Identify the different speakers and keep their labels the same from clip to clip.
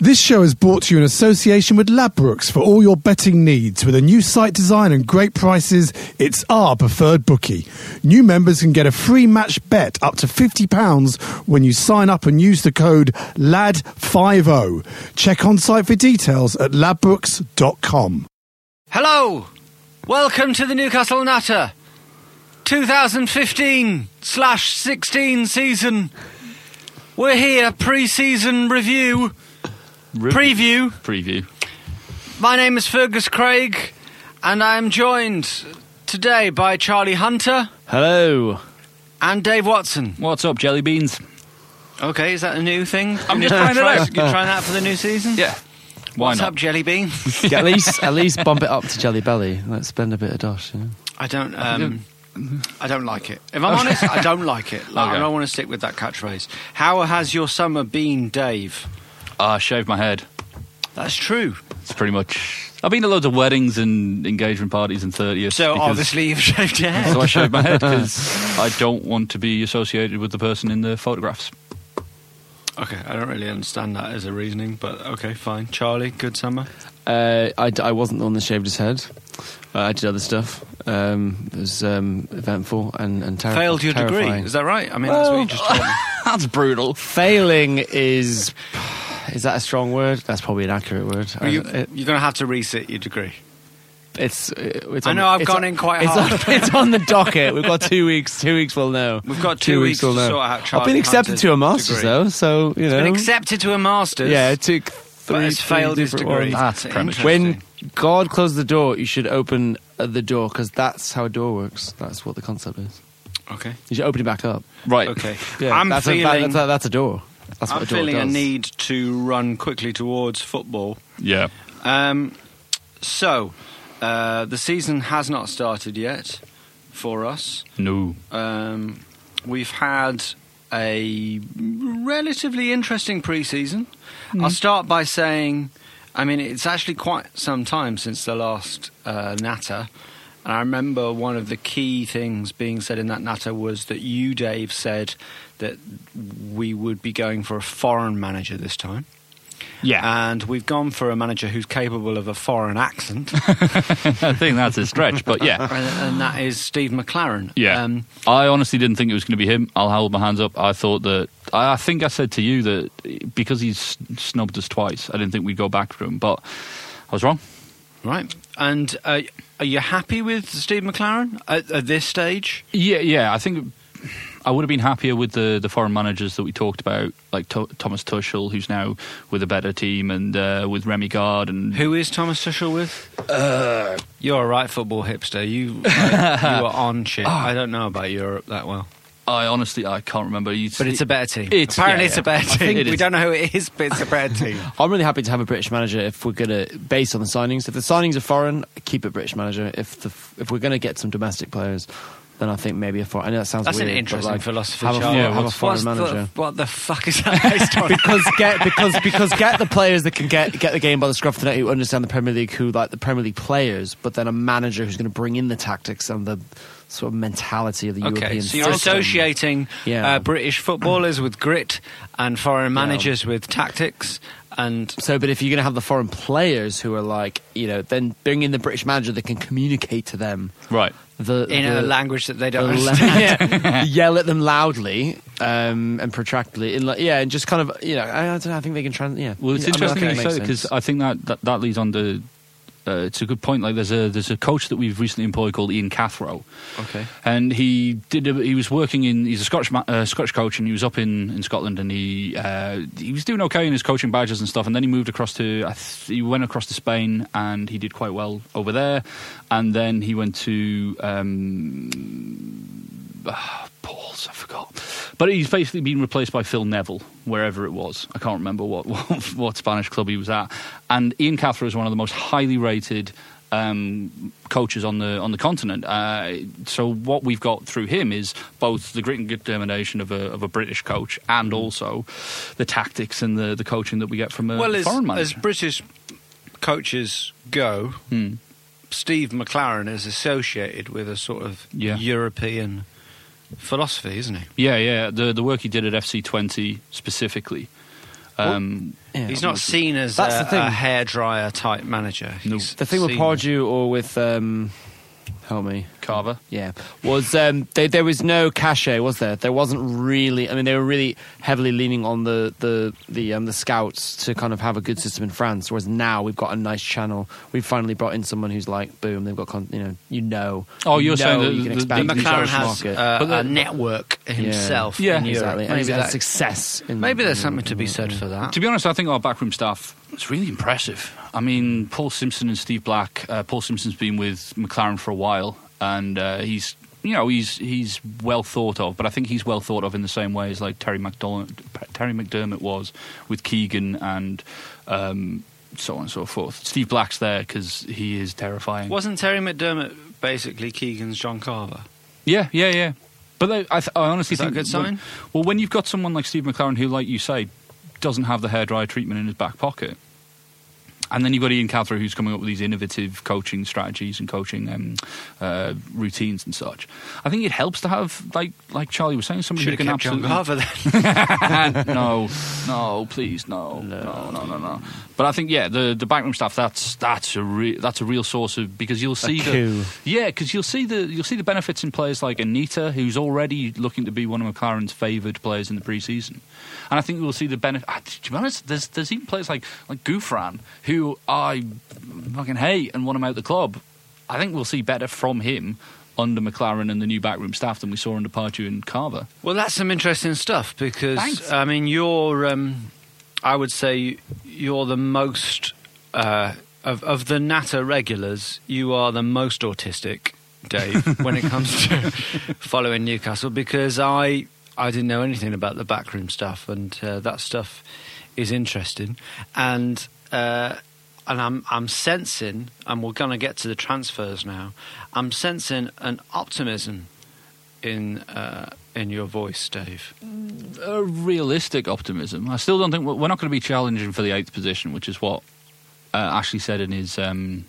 Speaker 1: This show is brought to you in association with Labrooks for all your betting needs. With a new site design and great prices, it's our preferred bookie. New members can get a free match bet up to £50 when you sign up and use the code LAD50. Check on site for details at labrooks.com.
Speaker 2: Hello! Welcome to the Newcastle Natter 2015 slash 16 season. We're here pre season review. Preview.
Speaker 3: Preview.
Speaker 2: My name is Fergus Craig, and I'm joined today by Charlie Hunter
Speaker 3: Hello.
Speaker 2: and Dave Watson.
Speaker 3: What's up, jelly beans?
Speaker 2: Okay, is that a new thing?
Speaker 3: I'm just
Speaker 2: You're
Speaker 3: trying it
Speaker 2: try-
Speaker 3: out.
Speaker 2: You're trying that for the new season?
Speaker 3: Yeah. Why
Speaker 2: What's
Speaker 3: not?
Speaker 2: up, Jelly Bean?
Speaker 4: Yeah, at least at least bump it up to Jelly Belly. Let's spend a bit of dosh. You know?
Speaker 2: I don't. Um, I don't like it. If I'm honest, I don't like it. Like, I
Speaker 3: Okay.
Speaker 2: don't want to stick with that catchphrase. How has your summer been, Dave?
Speaker 3: Ah, I shaved my head.
Speaker 2: That's true.
Speaker 3: It's pretty much. I've been to loads of weddings and engagement parties and 30th.
Speaker 2: So obviously you've shaved your head.
Speaker 3: So I shaved my head because I don't want to be associated with the person in the photographs.
Speaker 2: Okay, I don't really understand that as a reasoning, but okay, fine. Charlie, good summer.
Speaker 4: Uh, I, I wasn't the one that shaved his head. Uh, I did other stuff. Um, it was um, eventful and, and terrible.
Speaker 2: Failed your degree,
Speaker 4: terrifying.
Speaker 2: is that right? I mean, that's what you just told me.
Speaker 3: That's brutal.
Speaker 4: Failing is is that a strong word? That's probably an accurate word.
Speaker 2: Well, you,
Speaker 4: Uh, it-
Speaker 2: you're going to have to resit your degree.
Speaker 4: it's, uh, it's
Speaker 2: I
Speaker 4: on
Speaker 2: know
Speaker 4: the-
Speaker 2: I've
Speaker 4: it's
Speaker 2: gone
Speaker 4: on-
Speaker 2: in quite
Speaker 4: it's
Speaker 2: hard.
Speaker 4: On, it's on the docket. We've got two weeks. Two weeks. We'll know.
Speaker 2: We've got two weeks
Speaker 4: we'll
Speaker 2: to
Speaker 4: know.
Speaker 2: sort out
Speaker 4: I've been
Speaker 2: Charlie
Speaker 4: accepted
Speaker 2: Hunter's
Speaker 4: to a master's
Speaker 2: degree.
Speaker 4: though, so you know.
Speaker 2: Been accepted to a master's.
Speaker 4: Yeah, it took three.
Speaker 2: but has
Speaker 4: three
Speaker 2: failed his
Speaker 4: different
Speaker 2: degree.
Speaker 4: ones.
Speaker 3: That's
Speaker 2: interesting.
Speaker 4: When God closed the door, you should open uh, the door because that's how a door works. That's what the concept is.
Speaker 2: okay,
Speaker 4: You should open it back up.
Speaker 3: Right.
Speaker 2: okay,
Speaker 4: Yeah,
Speaker 2: I'm
Speaker 4: that's
Speaker 2: feeling.
Speaker 4: A, that- that's, a, that's a door. That's what
Speaker 2: I'm
Speaker 4: a door
Speaker 2: feeling a
Speaker 4: does.
Speaker 2: need to run quickly towards football.
Speaker 3: Yeah.
Speaker 2: Um, so, uh, the season has not started yet for us.
Speaker 3: No.
Speaker 2: Um, we've had a relatively interesting preseason. I'll start by saying, I mean, it's actually quite some time since the last uh, Natter. And I remember one of the key things being said in that Natter was that you, Dave, said that we would be going for a foreign manager this time.
Speaker 3: Yeah.
Speaker 2: And we've gone for a manager who's capable of a foreign accent,
Speaker 3: I think that's a stretch, but yeah.
Speaker 2: and, and that is Steve McLaren.
Speaker 3: Yeah.
Speaker 2: Um,
Speaker 3: I honestly didn't think it was going to be him. I'll hold my hands up. I thought that. I I think I said to you that because he's snubbed us twice, I didn't think we'd go back for him, but I was wrong.
Speaker 2: Right. And uh, are you happy with Steve McLaren at, at this stage?
Speaker 3: Yeah, yeah. I think I would have been happier with the, the foreign managers that we talked about, like to- Thomas Tuchel, who's now with a better team, and uh, with Remy Gard, and
Speaker 2: Who is Thomas Tuchel with? Uh, You're a right football hipster. You you are on shit. I don't know about Europe that well.
Speaker 3: I honestly I can't remember. You-
Speaker 2: But it's a better team.
Speaker 3: It's-
Speaker 2: Apparently
Speaker 3: yeah,
Speaker 2: it's
Speaker 3: yeah.
Speaker 2: a better
Speaker 3: I
Speaker 2: team.
Speaker 3: think it
Speaker 2: We
Speaker 3: is.
Speaker 2: don't know who it is, but it's a better team.
Speaker 4: I'm really happy to have a British manager if we're gonna based on the signings. If the signings are foreign, keep a British manager. If the if we're gonna get some domestic players, then I think maybe a foreign. I know that sounds
Speaker 2: That's an
Speaker 4: weird, but,
Speaker 2: interesting
Speaker 4: like,
Speaker 2: philosophy,
Speaker 4: Have a,
Speaker 2: Charlie.
Speaker 4: foreign- have a
Speaker 2: What's-
Speaker 4: foreign
Speaker 2: what's the-
Speaker 4: manager.
Speaker 2: what the fuck is that based on?
Speaker 4: because get because because get the players that can get get the game by the scruff of the neck who understand the Premier League who like the Premier League players, but then a manager who's going to bring in the tactics and the sort of mentality of the
Speaker 2: Okay,
Speaker 4: European.
Speaker 2: so you're
Speaker 4: system.
Speaker 2: associating
Speaker 4: Yeah.
Speaker 2: uh, British footballers with grit and foreign managers with tactics and
Speaker 4: So, but if you're going to have the foreign players who are like, you know, then bring in the British manager that can communicate to them
Speaker 3: Right.
Speaker 4: the
Speaker 2: in
Speaker 4: the,
Speaker 2: a language that they
Speaker 4: the
Speaker 2: don't
Speaker 4: la-
Speaker 2: understand.
Speaker 4: yeah, yell at them loudly um, and protractedly, and like, yeah, and just kind of, you know, I, I don't know. I think they can trans. Yeah,
Speaker 3: Well, it's
Speaker 4: I mean, I
Speaker 3: interesting
Speaker 4: think
Speaker 3: you
Speaker 4: it
Speaker 3: say
Speaker 4: makes
Speaker 3: that because
Speaker 4: sense.
Speaker 3: I think that, that, that leads on to. Uh, it's a good point. Like there's a there's a coach that we've recently employed called Ian Cathro,
Speaker 4: okay,
Speaker 3: and he did. A, he was working in. He's a Scotch ma- uh, Scotch coach, and he was up in, in Scotland, and he uh, he was doing okay in his coaching badges and stuff. And then he moved across to. I th- he went across to Spain, and he did quite well over there. And then he went to um, ah, Paul's. I forgot. But he's basically been replaced by Phil Neville, wherever it was. I can't remember what what, what Spanish club he was at. And Ian Cathro is one of the most highly rated um, coaches on the on the continent. Uh, so what we've got through him is both the grit and determination of a of a British coach, and also the tactics and the, the coaching that we get from a
Speaker 2: well, as,
Speaker 3: foreign
Speaker 2: as
Speaker 3: manager.
Speaker 2: British coaches go,
Speaker 3: Hmm.
Speaker 2: Steve McLaren is associated with a sort of
Speaker 3: Yeah.
Speaker 2: European philosophy, isn't he?
Speaker 3: Yeah, yeah. The the work he did at FC Twenty specifically. Um,
Speaker 4: Yeah.
Speaker 2: He's not seen as
Speaker 4: That's
Speaker 2: a,
Speaker 4: the thing.
Speaker 2: a hairdryer type manager. He's
Speaker 4: the thing with
Speaker 2: seen-
Speaker 4: Pardew or with um, help me,
Speaker 3: Carver.
Speaker 4: Yeah, was um, they, there was no cachet, was there? There wasn't really. I mean, they were really heavily leaning on the the the, um, the scouts to kind of have a good system in France. Whereas now we've got a nice channel. We've finally brought in someone who's like, boom, they've got con- you know, you know.
Speaker 3: Oh,
Speaker 4: you
Speaker 3: you're
Speaker 4: know
Speaker 3: saying that the-
Speaker 4: you can
Speaker 3: the-
Speaker 4: expand
Speaker 3: the
Speaker 4: the
Speaker 2: McLaren
Speaker 4: British
Speaker 2: has
Speaker 4: market.
Speaker 2: uh,
Speaker 3: But the-
Speaker 2: a network himself.
Speaker 3: Yeah,
Speaker 2: in Europe.
Speaker 4: exactly, and
Speaker 2: Maybe
Speaker 4: he's had
Speaker 2: that's-
Speaker 4: success. In,
Speaker 2: Maybe there's
Speaker 4: in-
Speaker 2: something to be
Speaker 4: in-
Speaker 2: said for that.
Speaker 3: To be honest, I think our backroom staff is really impressive. I mean, Paul Simpson and Steve Black. Uh, Paul Simpson's been with McLaren for a while, and uh, he's you know he's he's well thought of, but I think he's well thought of in the same way as like Terry McDermott, Terry McDermott was with Keegan and. Um, so on and so forth. Steve Black's there because he is terrifying.
Speaker 2: Wasn't Terry McDermott basically Keegan's John Carver?
Speaker 3: Yeah, yeah, yeah. But they, I, th- I honestly
Speaker 2: Is that
Speaker 3: think
Speaker 2: a good
Speaker 3: when-
Speaker 2: sign?
Speaker 3: well, when you've got someone like Steve McLaren, who, like you say, doesn't have the hairdryer treatment in his back pocket, and then you've got Ian Cathro, who's coming up with these innovative coaching strategies and coaching um, uh, routines and such. I think it helps to have, like, like Charlie was saying, somebody
Speaker 2: Should
Speaker 3: who
Speaker 2: have
Speaker 3: can
Speaker 2: kept John
Speaker 3: absolutely
Speaker 2: Carver then.
Speaker 3: no, no, please, no, no, no, no, no, But I think yeah, the the backroom staff that's that's a re- that's a real source of because you'll see
Speaker 4: coup.
Speaker 3: the yeah because you'll see the you'll see the benefits in players like Anita, who's already looking to be one of McLaren's favoured players in the preseason, and I think we'll see the benefit. To be honest, there's there's even players like like Gufran who I fucking hate and want him out the club. I think we'll see better from him under McLaren and the new backroom staff than we saw under Pardew and Carver.
Speaker 2: well, that's some interesting stuff because
Speaker 3: Thanks.
Speaker 2: I mean, you're, um, I would say, you're the most uh, of of the Natter regulars. You are the most autistic, Dave, when it comes to following Newcastle because I I didn't know anything about the backroom stuff and uh, that stuff is interesting and. Uh, and I'm I'm sensing, and we're going to get to the transfers now. I'm sensing an optimism in uh, in your voice, Dave.
Speaker 3: a realistic optimism. I still don't think we're we're not going to be challenging for the eighth position, which is what uh, Ashley said in his um,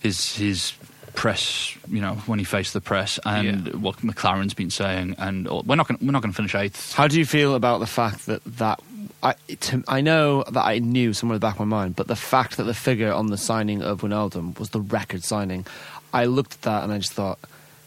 Speaker 3: his his press. You know, when he faced the press, and
Speaker 2: Yeah.
Speaker 3: what McLaren's been saying, and all, we're not gonna, we're not going to finish eighth.
Speaker 4: How do you feel about the fact that that I to, I know that I knew somewhere in the back of my mind, but the fact that the figure on the signing of Wijnaldum was the record signing, I looked at that and I just thought,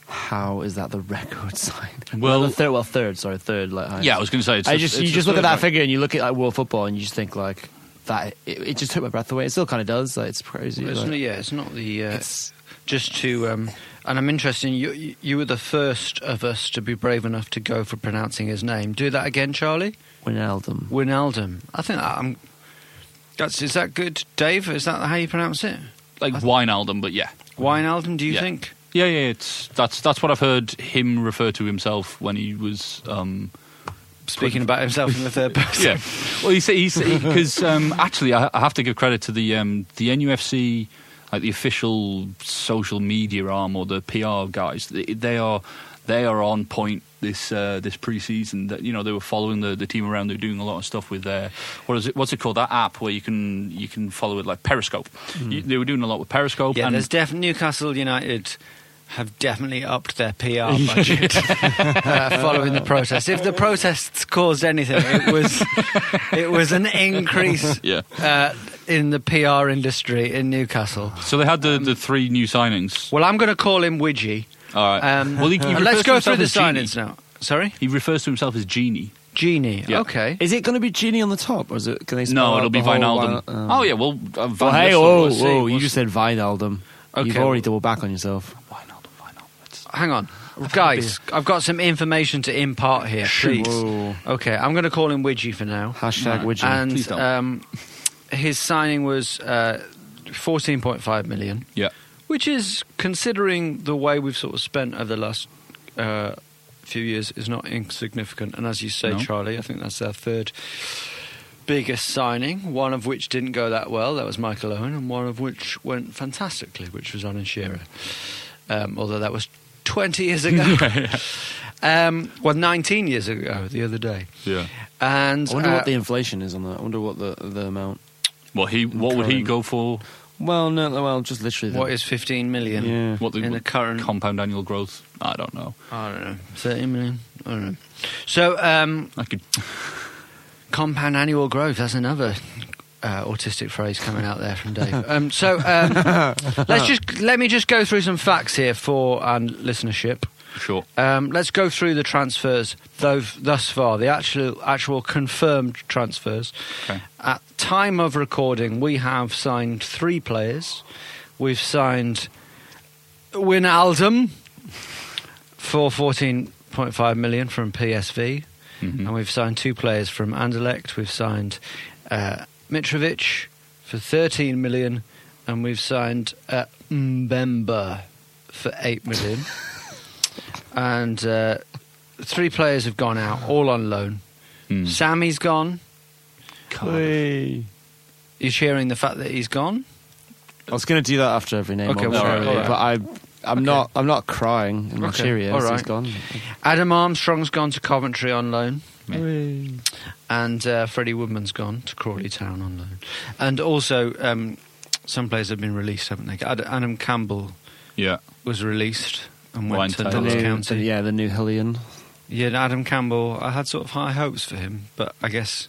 Speaker 4: how is that the record signing?
Speaker 3: Well-
Speaker 4: the third, well, third, sorry, third. Like, highest.
Speaker 3: Yeah, I was gonna say, it's
Speaker 4: I
Speaker 3: the-
Speaker 4: just
Speaker 3: it's
Speaker 4: you
Speaker 3: the
Speaker 4: just look at
Speaker 3: third
Speaker 4: that
Speaker 3: rank.
Speaker 4: figure and you look at like world football and you just think like that. It, it just took my breath away. It still kind of does. Like, it's crazy.
Speaker 2: It's
Speaker 4: like-
Speaker 2: not, yeah, it's not the uh,
Speaker 4: It's-
Speaker 2: just to. Um, and I'm interested. in You you- you were the first of us to be brave enough to go for pronouncing his name. Do that again, Charlie.
Speaker 4: Wijnaldum.
Speaker 2: Winaldum. I think that, I'm. That's is that good, Dave? Is that how you pronounce it?
Speaker 3: Like Wijnaldum, but yeah,
Speaker 2: Winaldum. Do you
Speaker 3: Yeah.
Speaker 2: think?
Speaker 3: yeah, yeah. It's that's that's what I've heard him refer to himself when he was. Um,
Speaker 2: Speaking about himself in the third person.
Speaker 3: yeah. Well, he's because um, actually, I, I have to give credit to the um, the NUFC, like the official social media arm or the PR guys. They, they are they are on point this uh, this preseason. That you know they were following the, the team around. They were doing a lot of stuff with their what is it? What's it called? That app where you can you can follow it like Periscope. You, they were doing a lot with Periscope.
Speaker 2: Mm-hmm. Yeah,
Speaker 3: and
Speaker 2: there's def- Newcastle United have definitely upped their PR budget uh, following the protests. If the protests caused anything, it was it was an increase
Speaker 3: Yeah.
Speaker 2: uh, in the PR industry in Newcastle.
Speaker 3: so they had the, the three new signings.
Speaker 2: Well, I'm going to call him Widgie.
Speaker 3: All right.
Speaker 2: Um,
Speaker 3: well, he, he
Speaker 2: and
Speaker 3: refers
Speaker 2: let's
Speaker 3: to
Speaker 2: go
Speaker 3: himself
Speaker 2: through the
Speaker 3: as Genie.
Speaker 2: signings now. Sorry,
Speaker 3: He refers to himself as Genie.
Speaker 2: Genie.
Speaker 3: Yeah.
Speaker 2: Okay.
Speaker 4: Is it going to be Genie on the top, or is it? Can they? spell
Speaker 3: No,
Speaker 4: out
Speaker 3: it'll be
Speaker 4: the whole
Speaker 3: Vinaldum.
Speaker 4: Vin-
Speaker 3: oh yeah, well, Oh, oh, uh, Van
Speaker 4: Well, hey,
Speaker 3: Nistelrooy,
Speaker 4: whoa,
Speaker 3: we'll see,
Speaker 4: whoa! You
Speaker 3: we'll
Speaker 4: just
Speaker 3: see.
Speaker 4: said Vinaldum. You've
Speaker 2: Okay.
Speaker 4: already double back on yourself.
Speaker 3: Vinaldum, Vinaldum. It's-
Speaker 2: Hang on, guys. I've got some information to impart here. Please.
Speaker 4: Whoa.
Speaker 2: Okay, I'm going to call him Widgie for now.
Speaker 4: Hashtag widget.
Speaker 3: please
Speaker 2: and
Speaker 3: don't.
Speaker 2: um, his signing was uh, 14.5 million,
Speaker 3: Yeah.
Speaker 2: which is considering the way we've sort of spent over the last uh, few years is not insignificant. And as you say,
Speaker 3: No.
Speaker 2: Charlie, I think that's their third biggest signing. One of which didn't go that well, that was Michael Owen, and one of which went fantastically, which was Alan Shearer. Um, although that was 20 years ago. um, well, 19 years ago, the other day.
Speaker 3: Yeah.
Speaker 2: And
Speaker 4: I wonder
Speaker 2: uh,
Speaker 4: what the inflation is on that. I wonder what the the amount.
Speaker 3: Well, he what would he
Speaker 4: Current.
Speaker 3: go for?
Speaker 4: Well, no, no, well, just literally. the-
Speaker 2: What is 15 million
Speaker 4: Yeah.
Speaker 3: What the,
Speaker 2: in the
Speaker 3: what
Speaker 2: current?
Speaker 3: compound annual growth? I don't know.
Speaker 2: I don't know. 30 million? I don't know. So, um,
Speaker 3: I could.
Speaker 2: compound annual growth, that's another uh, autistic phrase coming out there from Dave. um, so, um, let's just, let me just go through some facts here for our listenership.
Speaker 3: Sure.
Speaker 2: Um, let's go through the transfers though thus far, the actual actual confirmed transfers.
Speaker 3: Okay.
Speaker 2: At time of recording, we have signed three players. We've signed Winaldum for fourteen point five million from PSV, and we've signed two players from Anderlecht. We've signed uh, Mitrovic for thirteen million, and we've signed uh, Mbemba for eight million. and uh, three players have gone out, all on loan.
Speaker 3: Hmm.
Speaker 2: Sammy's gone.
Speaker 4: Hey.
Speaker 2: You're cheering the fact that he's gone.
Speaker 4: I was going to do that after every name,
Speaker 2: Okay,
Speaker 4: okay,
Speaker 2: well,
Speaker 3: all right,
Speaker 4: but I, I'm not. I'm not crying. I'm
Speaker 2: Okay,
Speaker 4: cheery.
Speaker 2: all
Speaker 4: It's-
Speaker 2: right.
Speaker 4: It's gone.
Speaker 2: Adam Armstrong's gone to Coventry on loan,
Speaker 4: Hey.
Speaker 2: and uh, Freddie Woodman's gone to Crawley Town on loan. And also, um, some players have been released, haven't they? Ad- Adam Campbell
Speaker 3: Yeah.
Speaker 2: was released and went
Speaker 3: Ryan
Speaker 2: to
Speaker 3: Taylor.
Speaker 4: The
Speaker 2: Dallas
Speaker 4: new-
Speaker 2: County.
Speaker 4: the-
Speaker 2: yeah.
Speaker 4: yeah, the new Hillian.
Speaker 2: Adam Campbell. I had sort of high hopes for him, but I guess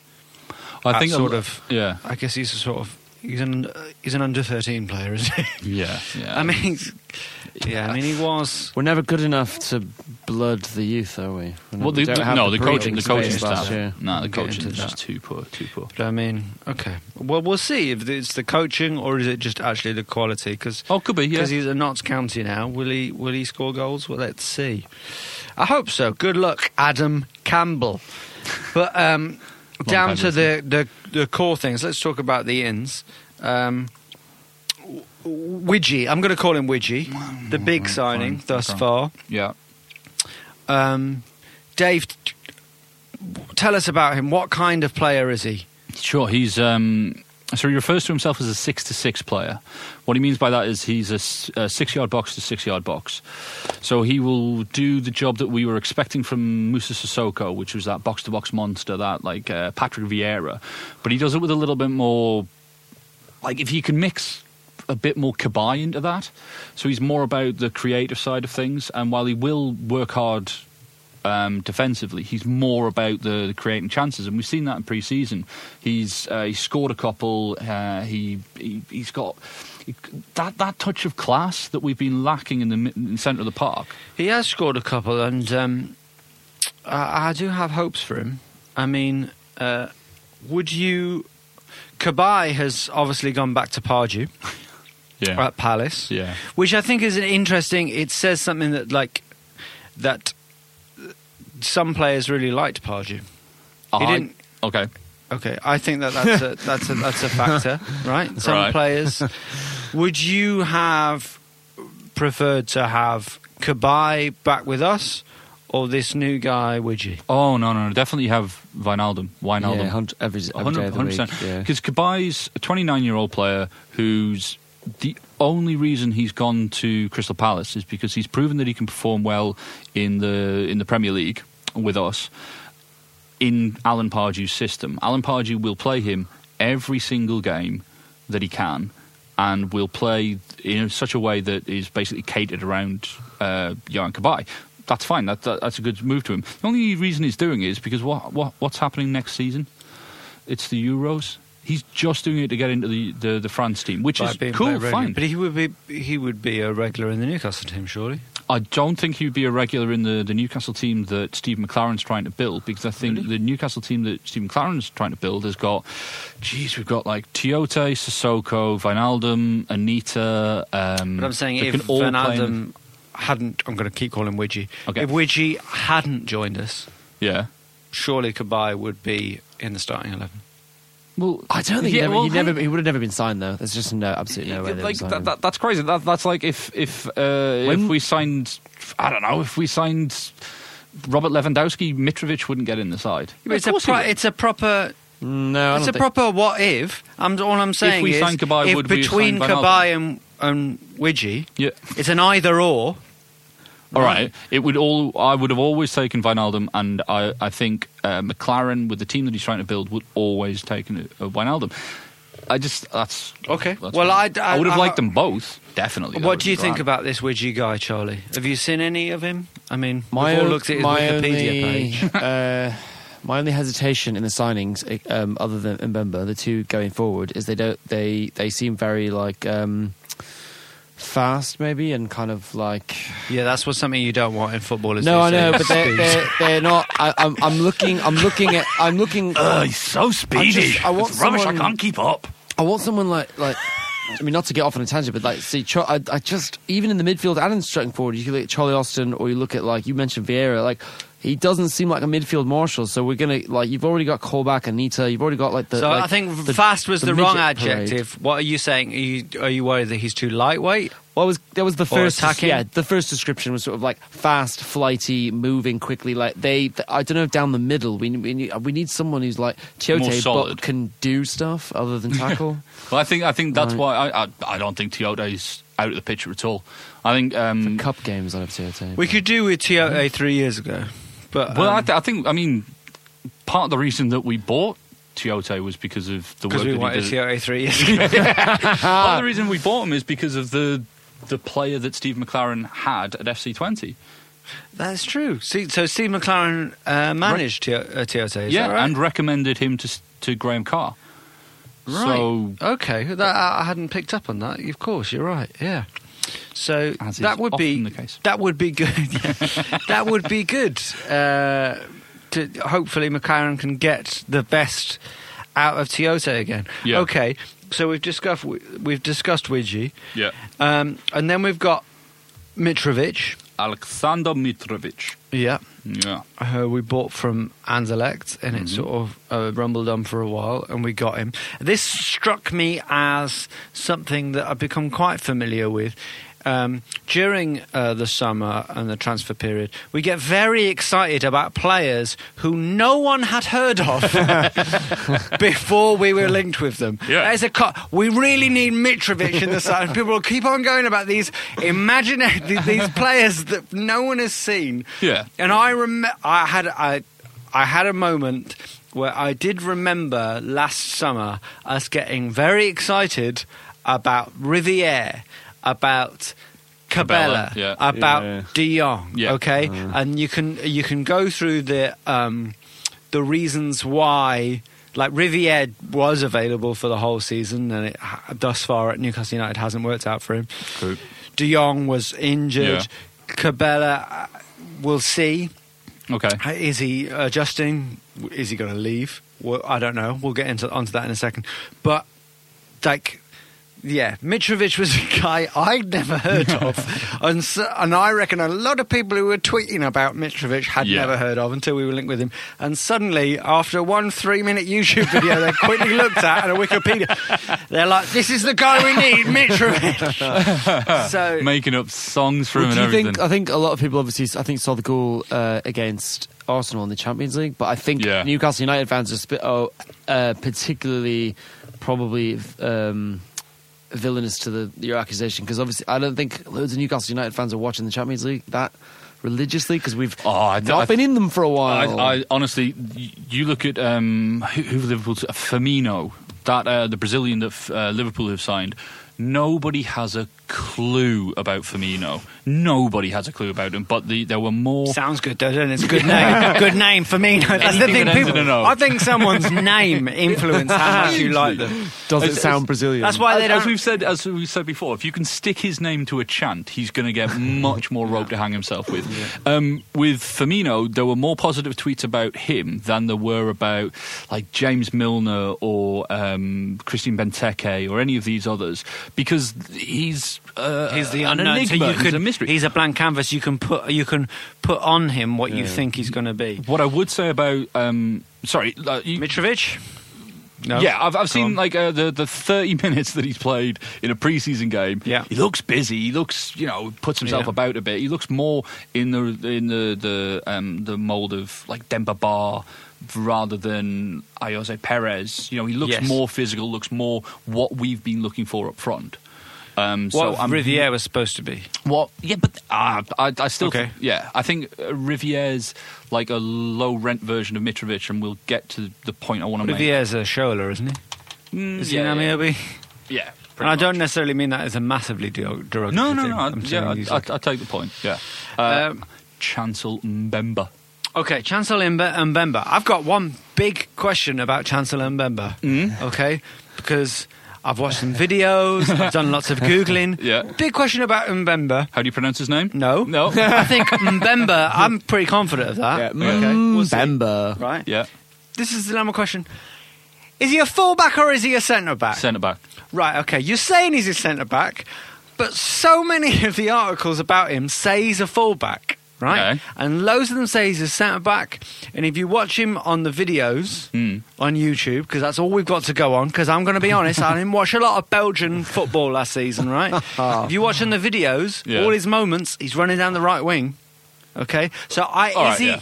Speaker 3: I
Speaker 2: That
Speaker 3: think a
Speaker 2: sort
Speaker 3: lo-
Speaker 2: of-
Speaker 3: Yeah.
Speaker 2: I guess he's a sort of he's an he's an under thirteen player, isn't he?
Speaker 3: Yeah. Yeah.
Speaker 2: I mean, he's- yeah, I mean he was
Speaker 4: We're never good enough to blood the youth, are we?
Speaker 3: well,
Speaker 4: We're not-
Speaker 3: the,
Speaker 4: we don't
Speaker 3: the-
Speaker 4: have
Speaker 3: no, the, coaching,
Speaker 4: breathing
Speaker 3: the coaching
Speaker 4: space
Speaker 3: staff.
Speaker 4: last year.
Speaker 3: No, the
Speaker 2: We'll get
Speaker 3: coaching
Speaker 2: into
Speaker 3: is
Speaker 2: that.
Speaker 3: just too poor. Too poor.
Speaker 2: But I mean, okay. Well, we'll see if it's the coaching or is it just actually the quality? Because
Speaker 3: Oh, could be. Yeah.
Speaker 2: he's at Notts County now. Will he will he score goals? Well, let's see. I hope so. Good luck, Adam Campbell. But um, down
Speaker 3: time
Speaker 2: to the, the the core things. Let's talk about the ins. Um, w- Widgie, I'm going to call him Widgie, the big signing
Speaker 3: Mm, fine,
Speaker 2: thus
Speaker 3: okay.
Speaker 2: far.
Speaker 3: Yeah.
Speaker 2: Um, Dave, t- tell us about him. What kind of player is he?
Speaker 3: Sure, he's um, so he refers to himself as a six to six player. What he means by that is he's a, s- a six yard box to six yard box. So he will do the job that we were expecting from Musa Sissoko, which was that box to box monster, that like uh, Patrick Vieira, but he does it with a little bit more like if you can mix a bit more Kabai into that, so he's more about the creative side of things. And while he will work hard um, defensively, he's more about the, the creating chances, and we've seen that in pre-season. He's uh, he scored a couple. Uh, he, he he's got. That that touch of class that we've been lacking in the, mi- in the centre of the park.
Speaker 2: He has scored a couple, and um, I, I do have hopes for him. I mean, uh, would you? Kabai has obviously gone back to Pardew at Palace,
Speaker 3: Yeah.
Speaker 2: which I think is an interesting. It says something that like that some players really liked Pardew.
Speaker 3: I,
Speaker 2: didn't-
Speaker 3: Okay.
Speaker 2: Okay, I think that that's a that's a that's a factor, right? Some
Speaker 3: Right.
Speaker 2: players. Would you have preferred to have Kabai back with us or this new guy? Would you?
Speaker 3: Oh no no no! Definitely have Vinaldum. Wijnaldum.
Speaker 4: Yeah, hun- every, every day of the week. Yeah.
Speaker 3: Because Kabai's a 29 year old player who's the only reason he's gone to Crystal Palace is because he's proven that he can perform well in the in the Premier League with us in Alan Pardew's system. Alan Pardew will play him every single game that he can and will play in such a way that is basically catered around uh, Johan Kabay. That's fine. That, that, that's a good move to him. The only reason he's doing it is because what, what what's happening next season? It's the Euros. He's just doing it to get into the, the, the France team, which
Speaker 2: by
Speaker 3: is
Speaker 2: being
Speaker 3: cool,
Speaker 2: played regularly.
Speaker 3: fine.
Speaker 2: But he would be he would be a regular in the Newcastle team, surely.
Speaker 3: I don't think he'd be a regular in the, the Newcastle team that Steve McLaren's trying to build because I think the Newcastle team that Steve McLaren's trying to build has got, geez, we've got like Tiote, Sissoko, Vinaldum, Anita. Um,
Speaker 2: But I'm saying
Speaker 3: they
Speaker 2: if
Speaker 3: can all play
Speaker 2: Van
Speaker 3: in-
Speaker 2: Adam hadn't, I'm going to keep calling him Widgie.
Speaker 3: Okay.
Speaker 2: If Widgie hadn't joined us,
Speaker 3: yeah.
Speaker 2: surely Kabay would be in the starting eleven.
Speaker 3: Well,
Speaker 4: I don't think
Speaker 3: yeah,
Speaker 4: he, never,
Speaker 3: well,
Speaker 4: he, never,
Speaker 3: hey,
Speaker 4: he would have never been signed though. There's just no absolutely no way. they would
Speaker 3: like,
Speaker 4: sign
Speaker 3: that,
Speaker 4: him.
Speaker 3: that, that's crazy. That, that's like if if uh,
Speaker 4: When-
Speaker 3: if we signed, I don't know, if we signed Robert Lewandowski, Mitrovic wouldn't get in the side.
Speaker 2: It's
Speaker 3: Of
Speaker 2: a,
Speaker 3: course he
Speaker 2: pro-
Speaker 3: would.
Speaker 2: it's a proper
Speaker 4: No, I
Speaker 2: it's
Speaker 4: don't
Speaker 2: a
Speaker 4: think-
Speaker 2: proper what if. I'm, all I'm saying
Speaker 3: we
Speaker 2: is
Speaker 3: sign Kabay,
Speaker 2: if
Speaker 3: would we have
Speaker 2: between
Speaker 3: signed Van
Speaker 2: Kabay and, and Widgie,
Speaker 3: Yeah.
Speaker 2: it's an either or.
Speaker 3: All right. It would all. I would have always taken Wijnaldum, and I, I think uh, McLaren with the team that he's trying to build would always taken uh, Wijnaldum. I just that's
Speaker 2: Okay.
Speaker 3: that's
Speaker 2: Well,
Speaker 3: fine.
Speaker 2: I- I-
Speaker 3: would have
Speaker 2: I-
Speaker 3: liked them both definitely. That
Speaker 2: What
Speaker 3: would
Speaker 2: do you
Speaker 3: be
Speaker 2: think
Speaker 3: grand.
Speaker 2: about this Widgie guy, Charlie? Have you seen any of him? I mean,
Speaker 4: My
Speaker 2: we've all
Speaker 4: on-
Speaker 2: looked at his
Speaker 4: my
Speaker 2: Wikipedia
Speaker 4: only,
Speaker 2: page.
Speaker 4: uh, my only hesitation in the signings, um, other than Mbemba, the two going forward, is they don't they they seem very like um, fast maybe and kind of like
Speaker 2: Yeah, that's what something you don't want in football. Is
Speaker 4: no I
Speaker 2: they say
Speaker 4: know but they're,
Speaker 2: speed.
Speaker 4: they're, they're not I, I'm, I'm looking I'm looking at I'm looking
Speaker 3: he's so speedy.
Speaker 4: just- I want
Speaker 3: It's rubbish.
Speaker 4: someone-
Speaker 3: I can't keep up.
Speaker 4: I want someone like like. I mean, not to get off on a tangent, but like, see, Cho- I, I just even in the midfield and in strutting forward, you look at Charlie Austin, or you look at like you mentioned Vieira, like he doesn't seem like a midfield marshal. So we're gonna like you've already got Colback, Anita, you've already got like the.
Speaker 2: so
Speaker 4: like,
Speaker 2: I think
Speaker 4: the-
Speaker 2: fast was the, wrong
Speaker 4: midget parade.
Speaker 2: adjective. What are you saying? Are you, are you worried that he's too lightweight?
Speaker 4: What was that was the
Speaker 2: Or
Speaker 4: first
Speaker 2: attacking.
Speaker 4: yeah the first description was sort of like fast, flighty, moving quickly. Like they, th- I don't know, down the middle. We we need, we need someone who's like Chiote,
Speaker 3: solid.
Speaker 4: but can do stuff other than tackle.
Speaker 3: Well, I think I think that's
Speaker 4: Right.
Speaker 3: why I, I I don't think Tiote's out of the picture at all. I think um,
Speaker 4: Cup games, I'd have Chiote.
Speaker 2: We could do with Tiote three years ago, but
Speaker 3: Well,
Speaker 2: um,
Speaker 3: I, th- I think I mean part of the reason that we bought Toyota was because of the work
Speaker 2: because we
Speaker 3: that he
Speaker 2: wanted
Speaker 3: did.
Speaker 2: Tiote three years ago.
Speaker 4: Ah.
Speaker 3: Part of the reason we bought him is because of the the player that Steve McLaren had at FC Twenty.
Speaker 2: That's true. See, so Steve McLaren uh, managed Tio- uh, Tiote. Is
Speaker 3: yeah,
Speaker 2: that right?
Speaker 3: and recommended him to s- to Graham Carr.
Speaker 2: Right.
Speaker 3: So
Speaker 2: okay, that, I I hadn't picked up on that. Of course, you're right. Yeah. So
Speaker 3: As is
Speaker 2: that would be
Speaker 3: often the case.
Speaker 2: that would be good. that would be good. Uh, to hopefully, McLaren can get the best out of Toyota again.
Speaker 3: Yeah.
Speaker 2: Okay. So we've discussed we've discussed Widgie,
Speaker 3: yeah,
Speaker 2: um, and then we've got Mitrovic.
Speaker 3: Alexander Mitrovic.
Speaker 2: Yeah.
Speaker 3: Yeah,
Speaker 2: who uh, we bought from Anderlecht, and it sort of uh, rumbled on for a while, and we got him. This struck me as something that I've become quite familiar with. Um, during uh, the summer and the transfer period, we get very excited about players who no one had heard of before we were linked with them.
Speaker 3: Yeah.
Speaker 2: That is a co- we really need Mitrovic in the side. People will keep on going about these imaginary these players that no one has seen.
Speaker 3: Yeah.
Speaker 2: And I rem- I had I I had a moment where I did remember last summer us getting very excited about Riviere, about Cabela,
Speaker 3: Cabella, yeah.
Speaker 2: about
Speaker 4: Yeah.
Speaker 2: De Jong.
Speaker 3: Yeah.
Speaker 2: Okay, and you can you can go through the um, the reasons why. Like Riviere was available for the whole season, and it, ha- thus far at Newcastle United hasn't worked out for him.
Speaker 3: True.
Speaker 2: De Jong was injured. Cabela, uh, we'll see.
Speaker 3: okay.
Speaker 2: Is he adjusting? Is he going to leave? Well, I don't know. We'll get into onto that in a second. But like, yeah, Mitrovic was a guy I'd never heard of, and so, and I reckon a lot of people who were tweeting about Mitrovic had
Speaker 3: Yeah.
Speaker 2: never heard of until we were linked with him. And suddenly, after one three-minute YouTube video, they quickly looked at and a Wikipedia, they're like, "This is the guy we need, Mitrovic." so
Speaker 3: Making up songs for him
Speaker 4: Well,
Speaker 3: and
Speaker 4: do you
Speaker 3: everything.
Speaker 4: think? I think a lot of people obviously I think saw the goal uh, against Arsenal in the Champions League, but I think
Speaker 3: Yeah.
Speaker 4: Newcastle United fans are sp- oh, uh, particularly probably um, villainous to the your accusation because obviously I don't think loads of Newcastle United fans are watching the Champions League that religiously because we've
Speaker 3: Oh, I-
Speaker 4: not
Speaker 3: I-
Speaker 4: been in them for a while.
Speaker 3: I, I honestly, y- you look at um, who, who Liverpool, Firmino, that uh, the Brazilian that f- uh, Liverpool have signed. Nobody has a clue about Firmino. Nobody has a clue about him. But the, there were more.
Speaker 2: Sounds good, doesn't it? It's a good name. good name for me. That's the
Speaker 3: Anything
Speaker 2: thing.
Speaker 3: that ends in an O.
Speaker 2: People, I think someone's name influences how much you like them.
Speaker 4: Does it
Speaker 3: As-
Speaker 4: sound
Speaker 3: as-
Speaker 4: Brazilian?
Speaker 2: That's why
Speaker 3: as,
Speaker 2: they
Speaker 3: as
Speaker 2: don't-
Speaker 3: we've said, as we've said before, if you can stick his name to a chant, he's going to get much more rope to hang himself with. Um, with Firmino, there were more positive tweets about him than there were about like James Milner or um, Christine Benteke or any of these others because he's uh,
Speaker 2: He's the
Speaker 3: an
Speaker 2: unknown. So
Speaker 3: enigma.
Speaker 2: you
Speaker 3: he's
Speaker 2: could-
Speaker 3: a mystery.
Speaker 2: He's a blank canvas. You can put you can put on him what you think he's going to be.
Speaker 3: what I would say about um, sorry, like, you-
Speaker 2: Mitrovic. No.
Speaker 3: Yeah, I've, I've
Speaker 2: Go
Speaker 3: seen
Speaker 2: on.
Speaker 3: like uh, the the thirty minutes that he's played in a preseason game.
Speaker 2: Yeah.
Speaker 3: he looks busy. He looks, you know, puts himself
Speaker 2: Yeah.
Speaker 3: about a bit. He looks more in the in the the um, the mold of like Demba Bar rather than Jose Perez. You know, he looks
Speaker 2: Yes.
Speaker 3: more physical. Looks more what we've been looking for up front. Um,
Speaker 2: what
Speaker 3: so I'm
Speaker 2: Riviere was supposed to be.
Speaker 3: what? Yeah, but uh, I, I still.
Speaker 2: Okay.
Speaker 3: yeah, I think uh, Rivier's like a low rent version of Mitrovic, and we'll get to the point I want to make.
Speaker 2: Riviere's a shoaler, isn't he?
Speaker 3: Mm,
Speaker 2: Is
Speaker 3: yeah,
Speaker 2: he
Speaker 3: yeah.
Speaker 2: an Amiobi?
Speaker 3: Yeah.
Speaker 2: And I don't necessarily mean that as a massively derog- derogatory
Speaker 3: No, no,
Speaker 2: thing.
Speaker 3: no. I,
Speaker 2: I'm
Speaker 3: yeah,
Speaker 2: saying
Speaker 3: I,
Speaker 2: he's
Speaker 3: I,
Speaker 2: like-
Speaker 3: I take the point. Yeah. Uh,
Speaker 2: Um,
Speaker 3: Chancel Mbemba.
Speaker 2: Okay, Chancellor Mbe- Mbemba. I've got one big question about Chancellor Mbemba. Mm. Okay, because I've watched some videos, I've done lots of googling.
Speaker 3: Yeah.
Speaker 2: Big question about Mbemba.
Speaker 3: How do you pronounce his name?
Speaker 2: No,
Speaker 3: No.
Speaker 2: I think Mbemba. I'm pretty confident of that.
Speaker 4: yeah, Mm-hmm.
Speaker 2: Okay, we'll see.
Speaker 4: Mbemba.
Speaker 2: Right.
Speaker 3: yeah.
Speaker 2: This is the number question. Is he a fullback or is he a centre back?
Speaker 3: Centre back.
Speaker 2: Right, okay. You're saying he's a centre back, but so many of the articles about him say he's a fullback, right?
Speaker 3: Okay.
Speaker 2: And loads of them say he's a centre back. And if you watch him on the videos
Speaker 3: Hmm.
Speaker 2: on YouTube, because that's all we've got to go on, because I'm going to be honest, I didn't watch a lot of Belgian football last season, right? if you watch on the videos,
Speaker 3: Yeah.
Speaker 2: all his moments, he's running down the right wing. Okay, so I
Speaker 3: All
Speaker 2: is
Speaker 3: right,
Speaker 2: he
Speaker 3: yeah.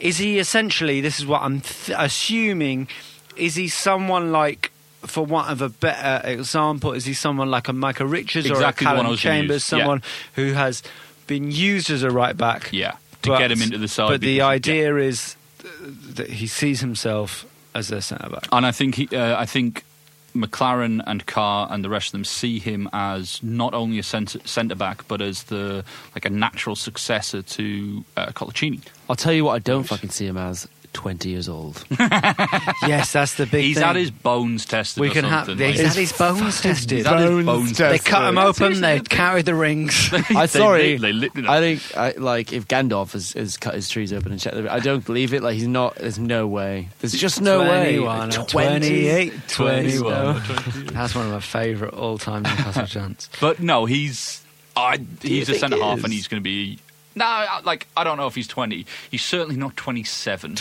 Speaker 2: is he essentially? This is what I'm th- assuming. Is he someone like, for want of a better example, is he someone like a Micah Richards
Speaker 3: Exactly the
Speaker 2: or a
Speaker 3: one I
Speaker 2: Callum
Speaker 3: was gonna
Speaker 2: Chambers,
Speaker 3: use, yeah.
Speaker 2: someone who has been used as a right back?
Speaker 3: Yeah. To get him into the side.
Speaker 2: But the
Speaker 3: because- yeah.
Speaker 2: idea is th- that he sees himself as their centre back.
Speaker 3: And I think he, uh, I think McLaren and Carr and the rest of them see him as not only a centre, centre back, but as the like a natural successor to uh, Colaccini.
Speaker 4: I'll tell you what, I don't fucking see him as twenty years old.
Speaker 2: yes, that's the big.
Speaker 3: He's
Speaker 2: thing.
Speaker 3: had his bones tested.
Speaker 2: We
Speaker 3: or
Speaker 2: can have.
Speaker 3: something,
Speaker 2: He's
Speaker 3: like-
Speaker 2: had his bones tested.
Speaker 3: He's had his
Speaker 4: bones
Speaker 3: bones
Speaker 2: They
Speaker 3: tested.
Speaker 2: cut him open. They carried the rings.
Speaker 3: They
Speaker 4: I sorry.
Speaker 3: lit- they lit it up.
Speaker 4: I think I, like if Gandalf has, has cut his trees open and checked them, I don't believe it. Like he's not. There's no way. There's just no way.
Speaker 2: 21,
Speaker 4: Like,
Speaker 2: 28,
Speaker 3: 21.
Speaker 2: That's one of my favourite all-time Newcastle chants.
Speaker 3: But no, he's I, he's a
Speaker 4: think
Speaker 3: centre
Speaker 4: he
Speaker 3: half,
Speaker 4: is?
Speaker 3: and he's going to be. No, I- like I don't know if he's twenty. He's certainly not twenty-seven.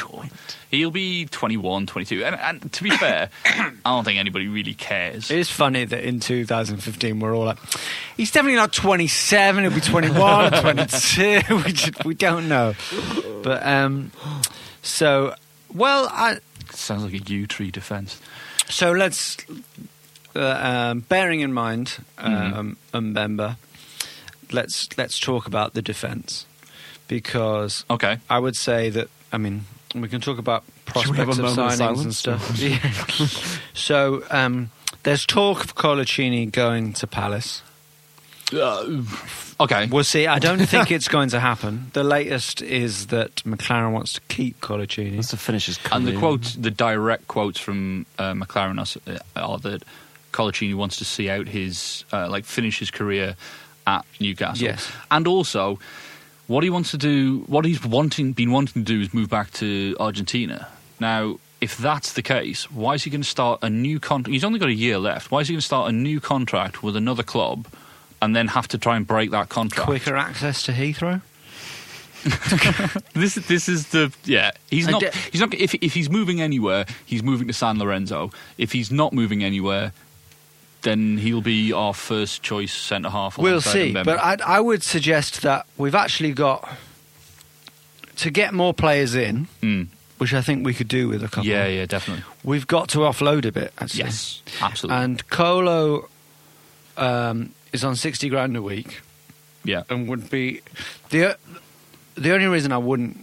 Speaker 3: He'll be 21, 22. And, and to be fair, I don't think anybody really cares.
Speaker 2: It is funny that in 2015 we're all like, he's definitely not 27. He'll be 21, 22. We just, we don't know. But um, so well, I,
Speaker 3: Sounds like a yew tree defence.
Speaker 2: so let's uh, um, bearing in mind um, Mbemba, let's let's talk about the defence because
Speaker 3: Okay.
Speaker 2: I would say that I mean we can talk about
Speaker 4: Should we have
Speaker 2: prospects
Speaker 4: a
Speaker 2: of
Speaker 4: moment of
Speaker 2: signings and stuff. Yeah. so um, there's talk of Colaccini going to Palace.
Speaker 3: Okay.
Speaker 2: We'll see. I don't think it's going to happen. The latest is that McLaren wants to keep Colaccini.
Speaker 4: Wants to finish his
Speaker 3: And the
Speaker 4: career.
Speaker 3: quotes, the direct quotes from uh, McLaren are, s- uh, are that Colaccini wants to see out his, uh, like, finish his career at Newcastle.
Speaker 2: Yes.
Speaker 3: And also, what he wants to do, what he's wanting, been wanting to do is move back to Argentina. Now, if that's the case, why is he going to start a new contract? He's only got a year left. Why is he going to start a new contract with another club and then have to try and break that contract?
Speaker 2: Quicker access to Heathrow.
Speaker 3: This this is the yeah. He's
Speaker 2: I
Speaker 3: not.
Speaker 2: de-
Speaker 3: he's not. If if he's moving anywhere, he's moving to San Lorenzo. If he's not moving anywhere, then he'll be our first choice centre half.
Speaker 2: We'll
Speaker 3: alongside
Speaker 2: see.
Speaker 3: Mbemba.
Speaker 2: But I, I would suggest that we've actually got to get more players in,
Speaker 3: Mm.
Speaker 2: which I think we could do with a couple.
Speaker 3: yeah, yeah, definitely.
Speaker 2: We've got to offload a bit. Actually.
Speaker 3: Yes, absolutely.
Speaker 2: And Colo um, is on sixty grand a week
Speaker 3: Yeah.
Speaker 2: and would be the the only reason I wouldn't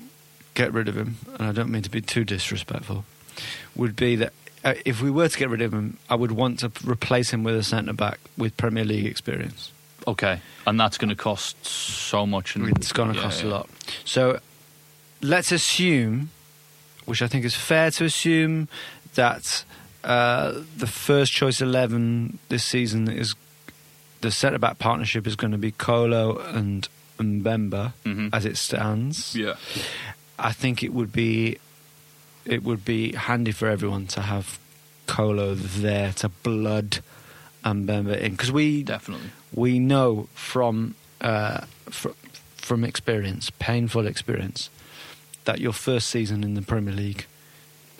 Speaker 2: get rid of him, and I don't mean to be too disrespectful, would be that uh, if we were to get rid of him, I would want to replace him with a centre back with Premier League experience.
Speaker 3: Okay. And that's going to cost so much. And
Speaker 2: It's going to
Speaker 3: yeah,
Speaker 2: cost
Speaker 3: yeah.
Speaker 2: a lot. So let's assume, which I think is fair to assume, that uh, the first choice 11 this season is the centre back partnership is going to be Colo and Mbemba
Speaker 3: Mhm.
Speaker 2: as it stands.
Speaker 3: Yeah.
Speaker 2: I think it would be it would be handy for everyone to have Colo there to blood and Bemba in because we
Speaker 3: Definitely.
Speaker 2: we know from uh, fr- from experience, painful experience, that your first season in the Premier League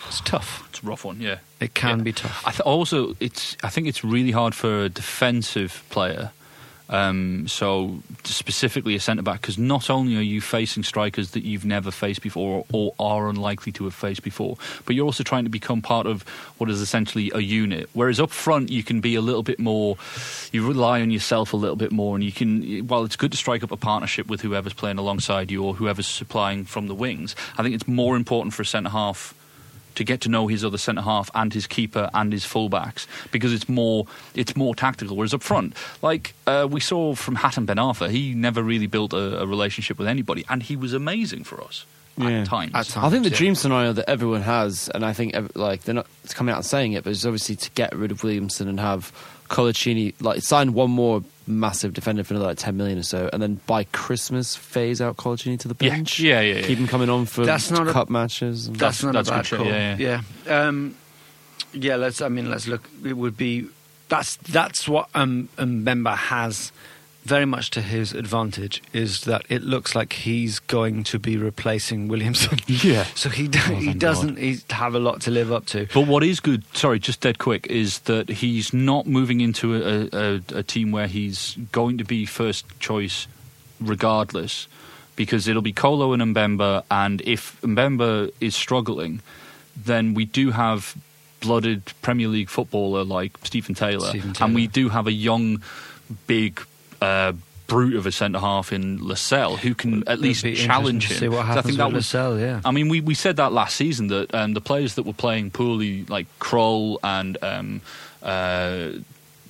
Speaker 2: is tough.
Speaker 3: It's a rough one. Yeah.
Speaker 2: It can
Speaker 3: Yeah.
Speaker 2: be tough.
Speaker 3: I th- also, it's. I think it's really hard for a defensive player. Um, so specifically a centre back, because not only are you facing strikers that you've never faced before or, or are unlikely to have faced before, but you're also trying to become part of what is essentially a unit. Whereas up front, you can be a little bit more. You rely on yourself a little bit more, and you can. While it's good to strike up a partnership with whoever's playing alongside you or whoever's supplying from the wings, I think it's more important for a centre half to get to know his other centre half and his keeper and his fullbacks because it's more it's more tactical. Whereas up front, like uh, we saw from Hatton Ben Arfa, he never really built a, a relationship with anybody, and he was amazing for us
Speaker 4: Yeah.
Speaker 3: at times.
Speaker 2: At times.
Speaker 4: I think the
Speaker 2: yeah.
Speaker 4: dream scenario that everyone has, and I think ev- like they're not it's coming out and saying it, but it's obviously to get rid of Williamson and have Colaccini like sign one more massive defender for another like ten million or so, and then by Christmas phase out Colaccini to the
Speaker 3: Yeah.
Speaker 4: bench.
Speaker 3: Yeah, yeah, yeah.
Speaker 4: Keep him coming on for
Speaker 2: That's not a-
Speaker 4: cup matches. And
Speaker 2: that's,
Speaker 3: That's-
Speaker 2: not
Speaker 3: that's
Speaker 2: a
Speaker 3: good
Speaker 2: bad
Speaker 3: shit,
Speaker 2: call.
Speaker 3: yeah,
Speaker 2: yeah. Um, yeah, let's. I mean, let's look. It would be that's that's what um, Mbemba has very much to his advantage is that it looks like he's going to be replacing Williamson.
Speaker 3: Yeah.
Speaker 2: so he do,
Speaker 3: Oh,
Speaker 2: he
Speaker 3: thank
Speaker 2: doesn't he have a lot to live up to.
Speaker 3: But what is good, sorry, just dead quick, is that he's not moving into a, a, a team where he's going to be first choice regardless, because it'll be Colo and Mbemba, and if Mbemba is struggling, then we do have blooded Premier League footballer like Stephen Taylor,
Speaker 2: Stephen
Speaker 3: and we
Speaker 2: Taylor.
Speaker 3: do have a young, big. Uh, Brute of a centre half in Lascelles who can at
Speaker 2: It'd
Speaker 3: least
Speaker 2: be
Speaker 3: challenge
Speaker 2: interesting
Speaker 3: him.
Speaker 2: to see what
Speaker 3: 'Cause I
Speaker 2: happens
Speaker 3: think that
Speaker 2: with
Speaker 3: was
Speaker 2: Lascelles, yeah.
Speaker 3: I mean, we, we said that last season that um, the players that were playing poorly, like Kroll and um, uh,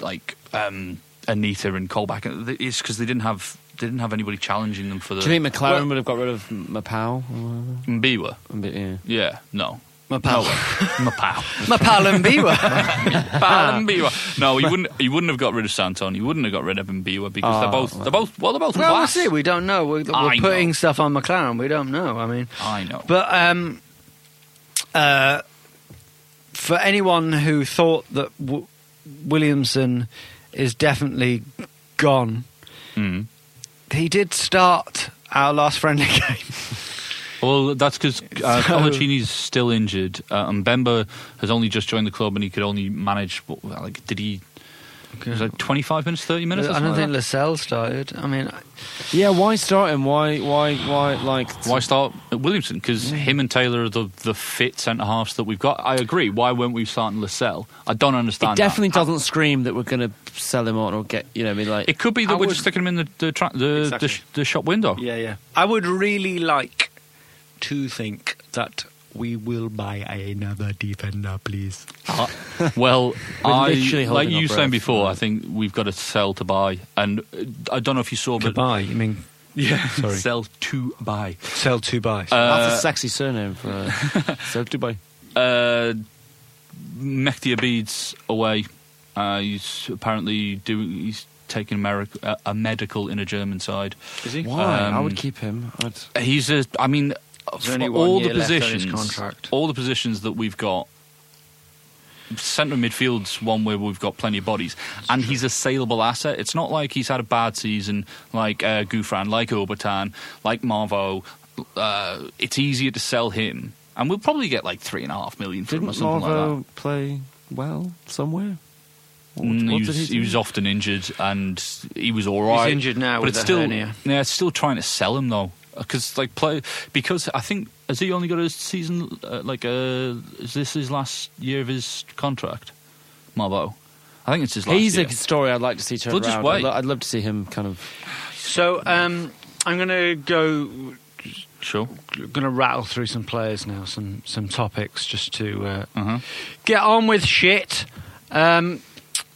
Speaker 3: like um, Anita and Colback, it's because they didn't have they didn't have anybody challenging them for the
Speaker 4: Do you think McLaren would have got rid of Mapau? or whatever?
Speaker 3: Mbiwa?
Speaker 4: A bit, Yeah.
Speaker 3: Yeah, no.
Speaker 2: Mapao.
Speaker 3: No way. Mapao.
Speaker 2: My pal Mbemba.
Speaker 3: Mapao Mbiwa. No, he wouldn't. He wouldn't have got rid of Santon. He wouldn't have got rid of Mbiwa because they're
Speaker 4: Oh,
Speaker 3: both. They're both. Well, they're both.
Speaker 2: Ah, well, we'll
Speaker 3: class.
Speaker 2: see. We don't know. We're,
Speaker 3: I
Speaker 2: we're
Speaker 3: know.
Speaker 2: putting stuff on McLaren. We don't know. I mean,
Speaker 3: I know.
Speaker 2: But um, uh, for anyone who thought that w- Williamson is definitely gone,
Speaker 3: Mm.
Speaker 2: he did start our last friendly game.
Speaker 3: Well, that's because uh,
Speaker 2: So-
Speaker 3: Colaccini's still injured, uh, and Bemba has only just joined the club, and he could only manage. What, like, did he? It was like twenty-five minutes, thirty minutes. or
Speaker 2: I don't
Speaker 3: something
Speaker 2: think
Speaker 3: like
Speaker 2: Lascelles started. I mean,
Speaker 4: Yeah, why start him? Why why why like
Speaker 3: that. Why start at Williamson? Because him and Taylor are the, the fit centre halves that we've got. I agree. Why weren't we starting Lascelles? I don't understand.
Speaker 4: it definitely
Speaker 3: that.
Speaker 4: doesn't scream that we're gonna sell him on or get you know, I mean like
Speaker 3: It could be that
Speaker 2: I
Speaker 3: we're just
Speaker 2: would-
Speaker 3: sticking him in the the, tra- the,
Speaker 2: Exactly.
Speaker 3: the, sh- the shop window.
Speaker 2: yeah, yeah. I would really like to think that we will buy another defender, please.
Speaker 3: Uh, well,
Speaker 4: We're
Speaker 3: I,
Speaker 4: literally
Speaker 3: like
Speaker 4: holding our
Speaker 3: you were saying
Speaker 4: breath.
Speaker 3: before, I think we've got to sell to buy, and uh, I don't know if you saw,
Speaker 2: To
Speaker 3: but
Speaker 2: buy, you mean
Speaker 3: yeah,
Speaker 2: Sorry.
Speaker 3: sell to buy.
Speaker 2: sell to buy?
Speaker 4: That's a sexy surname for uh, so Dubai.
Speaker 3: uh, Mehdi Abid's away. Uh, he's apparently doing. He's taking America, uh, a medical in a German side. Is he?
Speaker 4: Why? I
Speaker 3: Um,
Speaker 4: would keep him. I'd...
Speaker 3: He's a. I mean, for
Speaker 2: only one
Speaker 3: all the
Speaker 2: year left on his
Speaker 3: positions,
Speaker 2: contract.
Speaker 3: all the positions that we've got. Centre midfield's one where we've got plenty of bodies, and he's a saleable asset. It's not like he's had a bad season, like uh, Gouffran, like Obertan, like Marvo. Uh, it's easier to sell him, and we'll probably get like three and a half million for him or
Speaker 4: Didn't
Speaker 3: something like that.
Speaker 4: Marvo play well somewhere? What,
Speaker 3: Mm,
Speaker 4: what
Speaker 3: he, was,
Speaker 4: do?
Speaker 3: he was often injured, and he was all right.
Speaker 2: injured now
Speaker 3: but
Speaker 2: with
Speaker 3: it's
Speaker 2: a
Speaker 3: still
Speaker 2: hernia.
Speaker 3: yeah, it's still trying to sell him though, because like play because I think has he only got a season uh, like uh, is this his last year of his contract, Marbo? I I think it's his last
Speaker 4: He's
Speaker 3: year.
Speaker 4: a story I'd like to see turned
Speaker 3: We'll just
Speaker 4: around.
Speaker 3: wait.
Speaker 4: I'd, lo- I'd love to see him kind of.
Speaker 2: So um, I'm going to go
Speaker 3: sure.
Speaker 2: going to rattle through some players now, some some topics just to uh,
Speaker 3: Uh-huh.
Speaker 2: get on with shit. Um,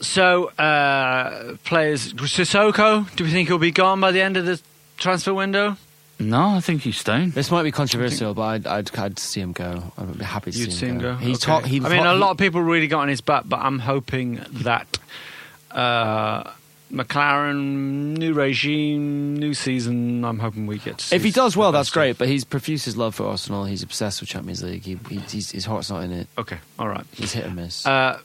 Speaker 2: so uh, players Sissoko, do we think he'll be gone by the end of the transfer window?
Speaker 3: No, I think he's staying.
Speaker 4: This might be controversial, but I'd, I'd, I'd see him go. I'd be happy to
Speaker 2: You'd
Speaker 4: see
Speaker 2: see him go.
Speaker 4: He
Speaker 2: Okay.
Speaker 4: talked. He
Speaker 2: I mean,
Speaker 4: ta-
Speaker 2: a
Speaker 4: he-
Speaker 2: lot of people really got on his back, but I'm hoping that uh, McLaren, new regime, new season. I'm hoping we get. To see
Speaker 4: If he does well,
Speaker 2: the
Speaker 4: that's
Speaker 2: best of-
Speaker 4: great. But he's profuse his love for Arsenal. He's obsessed with Champions League. He, he, he's, his heart's not in it.
Speaker 2: Okay, all right.
Speaker 4: He's hit and miss.
Speaker 2: Uh,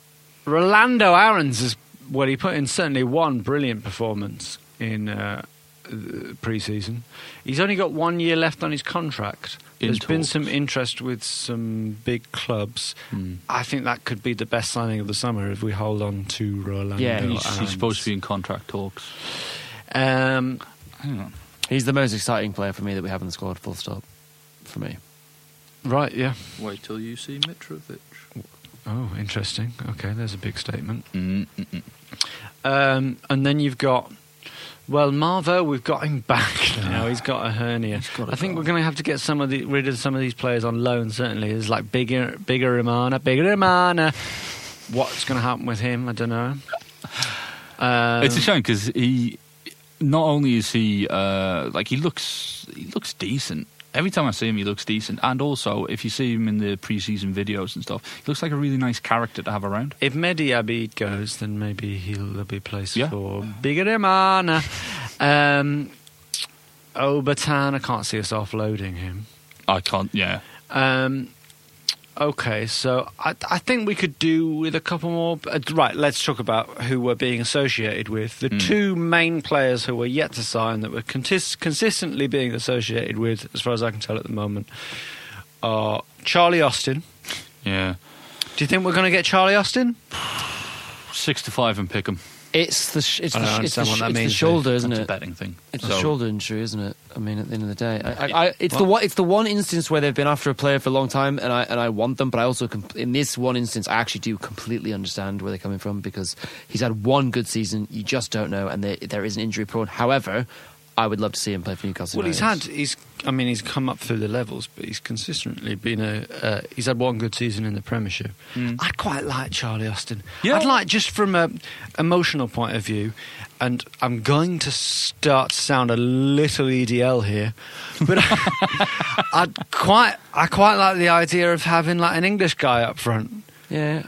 Speaker 2: Rolando Aaron's is well, he put in certainly one brilliant performance in uh, the pre-season. He's only got one year left on his contract.
Speaker 3: In
Speaker 2: There's been
Speaker 3: talks.
Speaker 2: some interest with some big clubs.
Speaker 3: Hmm.
Speaker 2: I think that could be the best signing of the summer if we hold on to Rolando.
Speaker 4: Yeah,
Speaker 3: He's, he's
Speaker 2: Aarons.
Speaker 3: supposed to be in contract talks.
Speaker 2: Um,
Speaker 3: Hang on.
Speaker 4: he's the most exciting player for me that we have in the squad. Full stop. For me,
Speaker 2: right, yeah.
Speaker 3: Wait till you see Mitrovic.
Speaker 2: Oh, interesting. Okay, there's a big statement.
Speaker 3: Mm.
Speaker 2: Um, and then you've got, well, Marvo, we've got him back now. He's got a hernia.
Speaker 3: got
Speaker 2: I
Speaker 3: it
Speaker 2: think
Speaker 3: all.
Speaker 2: we're going to have to get some of the rid of some of these players on loan. Certainly, there's like bigger, bigger Romana, bigger Romana. What's going to happen with him? I don't know. Um,
Speaker 3: it's a shame because he, not only is he uh, like he looks, he looks decent. Every time I see him, he looks decent. And also, if you see him in the preseason videos and stuff, he looks like a really nice character to have around.
Speaker 2: if Mehdi Abid goes, then maybe he'll there'll be a place
Speaker 3: Yeah.
Speaker 2: for bigger Romana. Um, Obatan, I can't see us offloading him.
Speaker 3: I can't. Yeah,
Speaker 2: Um, okay, so I, I think we could do with a couple more. Uh, right, let's talk about who we're being associated with. The two main players who were yet to sign that were contis- consistently being associated with, as far as I can tell at the moment, are Charlie Austin.
Speaker 3: yeah.
Speaker 2: Do you think we're going to get Charlie Austin?
Speaker 3: Six to five and pick him.
Speaker 4: it's the sh- it's
Speaker 2: I don't
Speaker 4: the, sh- it's the,
Speaker 2: understand what
Speaker 4: sh-
Speaker 2: that
Speaker 4: it's the
Speaker 2: means,
Speaker 4: shoulder,
Speaker 2: though.
Speaker 4: isn't
Speaker 3: That's a
Speaker 4: it?
Speaker 3: betting thing.
Speaker 4: It's
Speaker 3: So-
Speaker 4: a shoulder injury, isn't it? I mean, at the end of the day, I, I, I, it's the one. It's the one instance where they've been after a player for a long time, and I and I want them, but I also com- in this one instance, I actually do completely understand where they're coming from because he's had one good season. You just don't know, and there, there is an injury prone. However, I would love to see him play for Newcastle.
Speaker 2: Well, he's had
Speaker 4: United.
Speaker 2: he's. I mean, he's come up through the levels, but he's consistently been a. Uh, he's had one good season in the Premiership.
Speaker 4: Hmm.
Speaker 2: I quite like Charlie Austin.
Speaker 3: Yeah.
Speaker 2: I'd like just from a emotional point of view, and I'm going to start to sound a little EDL here, but I, I'd quite. I quite like the idea of having like an English guy up front.
Speaker 4: yeah.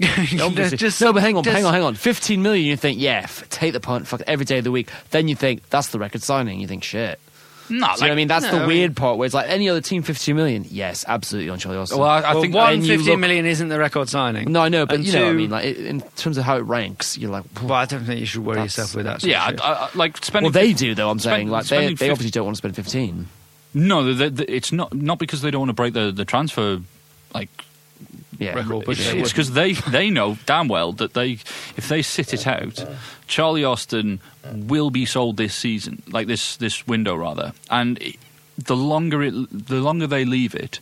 Speaker 2: Just-
Speaker 4: Obviously.
Speaker 2: just-
Speaker 4: no, but hang on,
Speaker 2: just-
Speaker 4: hang on, hang on. 15 million, you think, yeah, f- take the punt, fuck it, every day of the week. Then you think, that's the record signing. You think, shit.
Speaker 3: No,
Speaker 4: So, you know what I mean, that's
Speaker 2: no, I
Speaker 4: the
Speaker 2: mean-
Speaker 4: weird part where it's like any other team, 15 million. Yes, absolutely on Charlie Austin.
Speaker 3: Well, I, I
Speaker 2: well,
Speaker 3: think
Speaker 2: one
Speaker 4: and you
Speaker 2: fifteen
Speaker 4: look-
Speaker 2: million isn't the record signing.
Speaker 4: no, I know, but
Speaker 2: And
Speaker 4: Uh, you know what I
Speaker 2: two-
Speaker 4: mean? Like, it, in terms of how it ranks, you're like,
Speaker 2: Well, I don't think you should worry
Speaker 4: That's-
Speaker 2: yourself with that. sort of
Speaker 3: Yeah,
Speaker 2: shit.
Speaker 3: I, I, like spending.
Speaker 4: well, they
Speaker 3: fif-
Speaker 4: do, though, I'm
Speaker 3: spend-
Speaker 4: saying. Like, they,
Speaker 3: spending
Speaker 4: they
Speaker 3: fif-
Speaker 4: obviously don't want to spend 15.
Speaker 3: No, the, the, it's not not because they don't want to break the, the transfer like
Speaker 4: Yeah.
Speaker 2: Record, but
Speaker 3: It's
Speaker 2: they
Speaker 3: it's
Speaker 2: wouldn't.
Speaker 3: because they, they know damn well that they if they sit it out, Charlie Austin will be sold this season, like this this window rather. And it- the longer it the longer they leave it,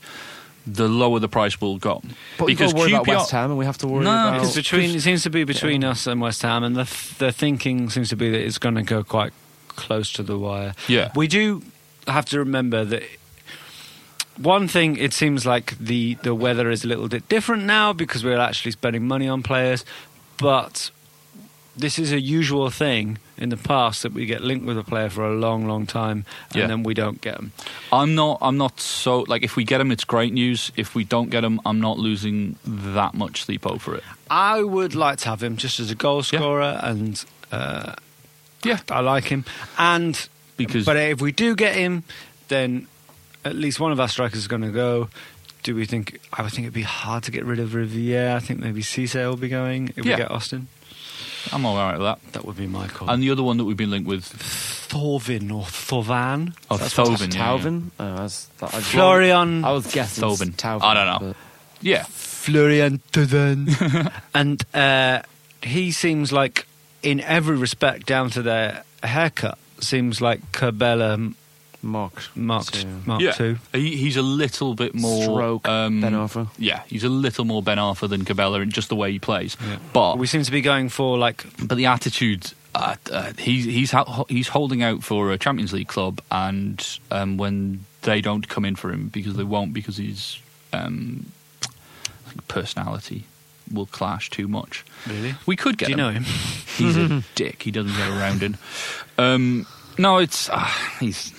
Speaker 3: the lower the price will go.
Speaker 4: But we've got to worry about West Ham and we have to worry
Speaker 3: No,
Speaker 4: about.
Speaker 2: Because between it seems to be between us and West Ham, and the th- the thinking seems to be that it's going to go quite close to the wire.
Speaker 3: Yeah.
Speaker 2: we do have to remember that. One thing, it seems like the the weather is a little bit different now because we're actually spending money on players, but this is a usual thing in the past that we get linked with a player for a long, long time and
Speaker 3: Yeah.
Speaker 2: then we don't get them.
Speaker 3: I'm not. I'm not so like. If we get him, it's great news. If we don't get him, I'm not losing that much sleep over it.
Speaker 2: I would like to have him just as a goal
Speaker 3: Yeah.
Speaker 2: scorer, and uh,
Speaker 3: Yeah.
Speaker 2: I like him. And
Speaker 3: Because-
Speaker 2: but if we do get him, then at least one of our strikers is going to go. Do we think? I would think it'd be hard to get rid of Riviere. I think maybe Cisse will be going if we
Speaker 3: Yeah.
Speaker 2: get Austin.
Speaker 3: I'm all right with that.
Speaker 2: That would be my call.
Speaker 3: And the other one that we've been linked with,
Speaker 2: Thorvin or Thorvan.
Speaker 3: oh, Thauvin, yeah, yeah.
Speaker 4: Tauvin? Oh, that's, that, I-
Speaker 2: Florian.
Speaker 4: I was guessing.
Speaker 3: Thauvin.
Speaker 4: Tauvin,
Speaker 3: I don't know.
Speaker 4: but-
Speaker 3: Yeah,
Speaker 2: Florian Thauvin. and uh, he seems like, in every respect, down to their haircut, seems like Cabela
Speaker 4: Mark.
Speaker 2: Marked,
Speaker 4: two.
Speaker 2: Mark
Speaker 3: yeah,
Speaker 2: Two.
Speaker 3: He, he's a little bit more um,
Speaker 4: Stroke Ben Arfa.
Speaker 3: Yeah, he's a little more Ben Arfa than Cabella in just the way he plays. But
Speaker 2: We seem to be going for like
Speaker 3: but the attitude. Uh, uh, he's he's ho- he's holding out for a Champions League club, and um, when they don't come in for him because they won't because his um, I think personality will clash too much.
Speaker 2: Really?
Speaker 3: we could get.
Speaker 2: Do you know him?
Speaker 3: He's a dick. He doesn't get around in. Um, no, it's uh, he's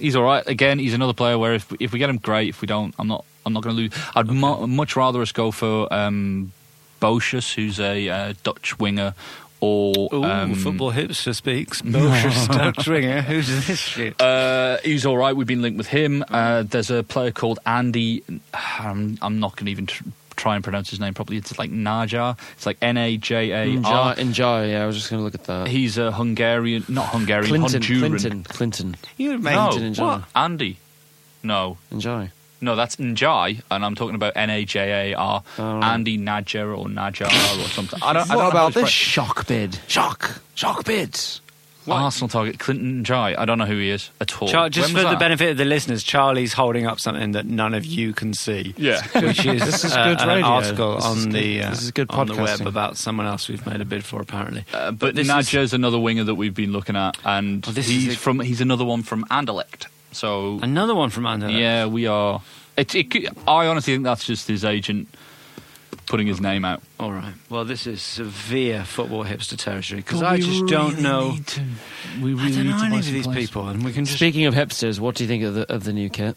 Speaker 3: he's all right. Again, he's another player where if if we get him, great. If we don't, I'm not I'm not going to lose. I'd mu- much rather us go for um, Boschus, who's a uh, Dutch winger, or
Speaker 2: Ooh,
Speaker 3: um,
Speaker 2: football hipster speaks. Belgian Dutch winger. Who's this shit?
Speaker 3: Uh, he's all right. We've been linked with him. Uh, there's a player called Andy. I'm, I'm not going to even tr- try and pronounce his name properly. It's like Najar. It's like N A J A
Speaker 4: Enjoy,
Speaker 3: R.
Speaker 4: enjoy. Yeah, I was just going to look at that.
Speaker 3: He's a Hungarian, not Hungarian,
Speaker 4: Clinton,
Speaker 3: Honduran.
Speaker 4: Clinton, Clinton.
Speaker 2: you mate.
Speaker 3: No,
Speaker 4: Clinton and
Speaker 3: what?
Speaker 4: Jai.
Speaker 3: Andy. No,
Speaker 4: Enjoy.
Speaker 3: no, that's Njai, and I'm talking about N A J A R.
Speaker 4: Oh.
Speaker 3: Andy Najar or Najar or something. I don't. I don't know
Speaker 4: what
Speaker 3: how
Speaker 4: about
Speaker 3: it's
Speaker 4: this
Speaker 3: right.
Speaker 4: shock bid? Shock, shock bid.
Speaker 3: Arsenal target Clinton Njai. I don't know who he is at all.
Speaker 2: Char- just
Speaker 3: When
Speaker 2: for
Speaker 3: was
Speaker 2: the
Speaker 3: that?
Speaker 2: benefit of the listeners, Charlie's holding up something that none of you can see.
Speaker 3: Yeah.
Speaker 2: which is,
Speaker 4: This is
Speaker 2: uh,
Speaker 4: good
Speaker 2: an
Speaker 4: radio.
Speaker 2: article
Speaker 4: This
Speaker 2: on
Speaker 4: is good-
Speaker 2: the uh,
Speaker 4: this is good
Speaker 2: on the web
Speaker 4: podcasting.
Speaker 2: about someone else we've made a bid for apparently.
Speaker 3: Uh, but
Speaker 2: this is-
Speaker 3: Nadja's another winger that we've been looking at, and
Speaker 2: Oh, this is
Speaker 3: he's
Speaker 2: a-
Speaker 3: from he's another one from Anderlecht. So
Speaker 2: Another one from Under.
Speaker 3: yeah, we are. It, it, could- I honestly think that's just his agent putting his name out.
Speaker 2: All right. Well, this is severe football hipster territory because
Speaker 3: But
Speaker 2: I
Speaker 3: we
Speaker 2: just
Speaker 3: really
Speaker 2: don't know.
Speaker 3: need to- we
Speaker 2: I
Speaker 3: really
Speaker 2: don't know
Speaker 3: need to
Speaker 2: any
Speaker 3: buy
Speaker 2: of
Speaker 3: some
Speaker 2: these
Speaker 3: players.
Speaker 2: people, and we can just.
Speaker 4: Speaking of hipsters, what do you think of the of the new kit?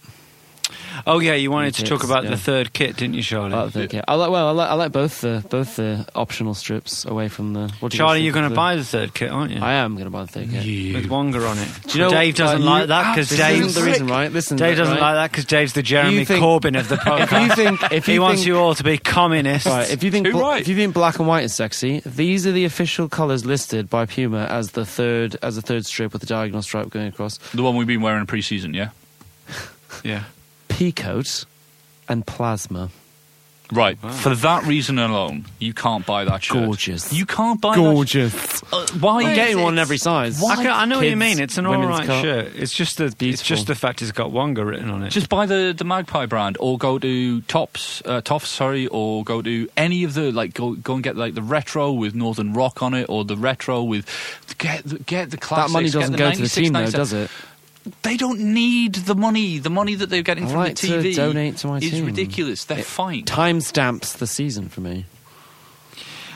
Speaker 2: Oh yeah, you wanted to
Speaker 4: Yes,
Speaker 2: talk about
Speaker 4: yeah.
Speaker 2: the third kit, didn't you, Charlie?
Speaker 4: About the kit? I like. Well, I like, I like both the both the optional strips away from the. What do you guys
Speaker 2: Charlie,
Speaker 4: think
Speaker 2: you're going
Speaker 4: of
Speaker 2: to
Speaker 4: the-
Speaker 2: buy the third kit, aren't you?
Speaker 4: I am going to buy the third kit.
Speaker 2: With Wonga on it.
Speaker 4: Do you know
Speaker 2: Dave
Speaker 4: what-
Speaker 2: doesn't
Speaker 4: like,
Speaker 2: like
Speaker 4: you-
Speaker 2: that because
Speaker 4: This isn't
Speaker 2: Dave's
Speaker 4: the reason, right? Listen,
Speaker 2: Dave doesn't
Speaker 4: right?
Speaker 2: like that because Dave's the Jeremy
Speaker 4: You think-
Speaker 2: Corbyn of the
Speaker 4: If
Speaker 2: podcast.
Speaker 4: you think, if you
Speaker 2: he wants
Speaker 4: think-
Speaker 2: you all to be communists.
Speaker 4: Right, if you think
Speaker 3: Too
Speaker 4: bla-
Speaker 3: right.
Speaker 4: if you think black and white is sexy, these are the official colours listed by Puma as the third as the third strip with the diagonal stripe going across.
Speaker 3: The one we've been wearing in pre-season, yeah.
Speaker 2: yeah.
Speaker 4: Peacoat and plasma.
Speaker 3: Right. For that reason alone, you can't buy that shirt.
Speaker 4: Gorgeous.
Speaker 3: You can't buy
Speaker 4: Gorgeous.
Speaker 3: that. Shirt. Uh, why
Speaker 4: I'm
Speaker 3: is
Speaker 4: getting
Speaker 3: it-
Speaker 4: one in every size.
Speaker 2: I, ca- I know what you
Speaker 4: Kids,
Speaker 2: mean. It's an all
Speaker 4: women's
Speaker 2: right
Speaker 4: cut.
Speaker 2: shirt. It's just the it's
Speaker 4: beautiful.
Speaker 2: just the fact it's got Wonga written on it.
Speaker 3: Just buy the, the Magpie brand, or go to Tops, uh, Toffs, sorry, or go to any of the like. Go go and get like the retro with Northern Rock on it, or the retro with get the- get the classics.
Speaker 4: That money
Speaker 3: get
Speaker 4: doesn't go to the
Speaker 3: 96,
Speaker 4: team though,
Speaker 3: 97.
Speaker 4: does it?
Speaker 3: They don't need the money. The money that they're getting
Speaker 4: I
Speaker 3: from
Speaker 4: like
Speaker 3: the
Speaker 4: to
Speaker 3: TV
Speaker 4: donate to my
Speaker 3: is
Speaker 4: team.
Speaker 3: ridiculous. They're fine.
Speaker 4: Time stamps the season for me.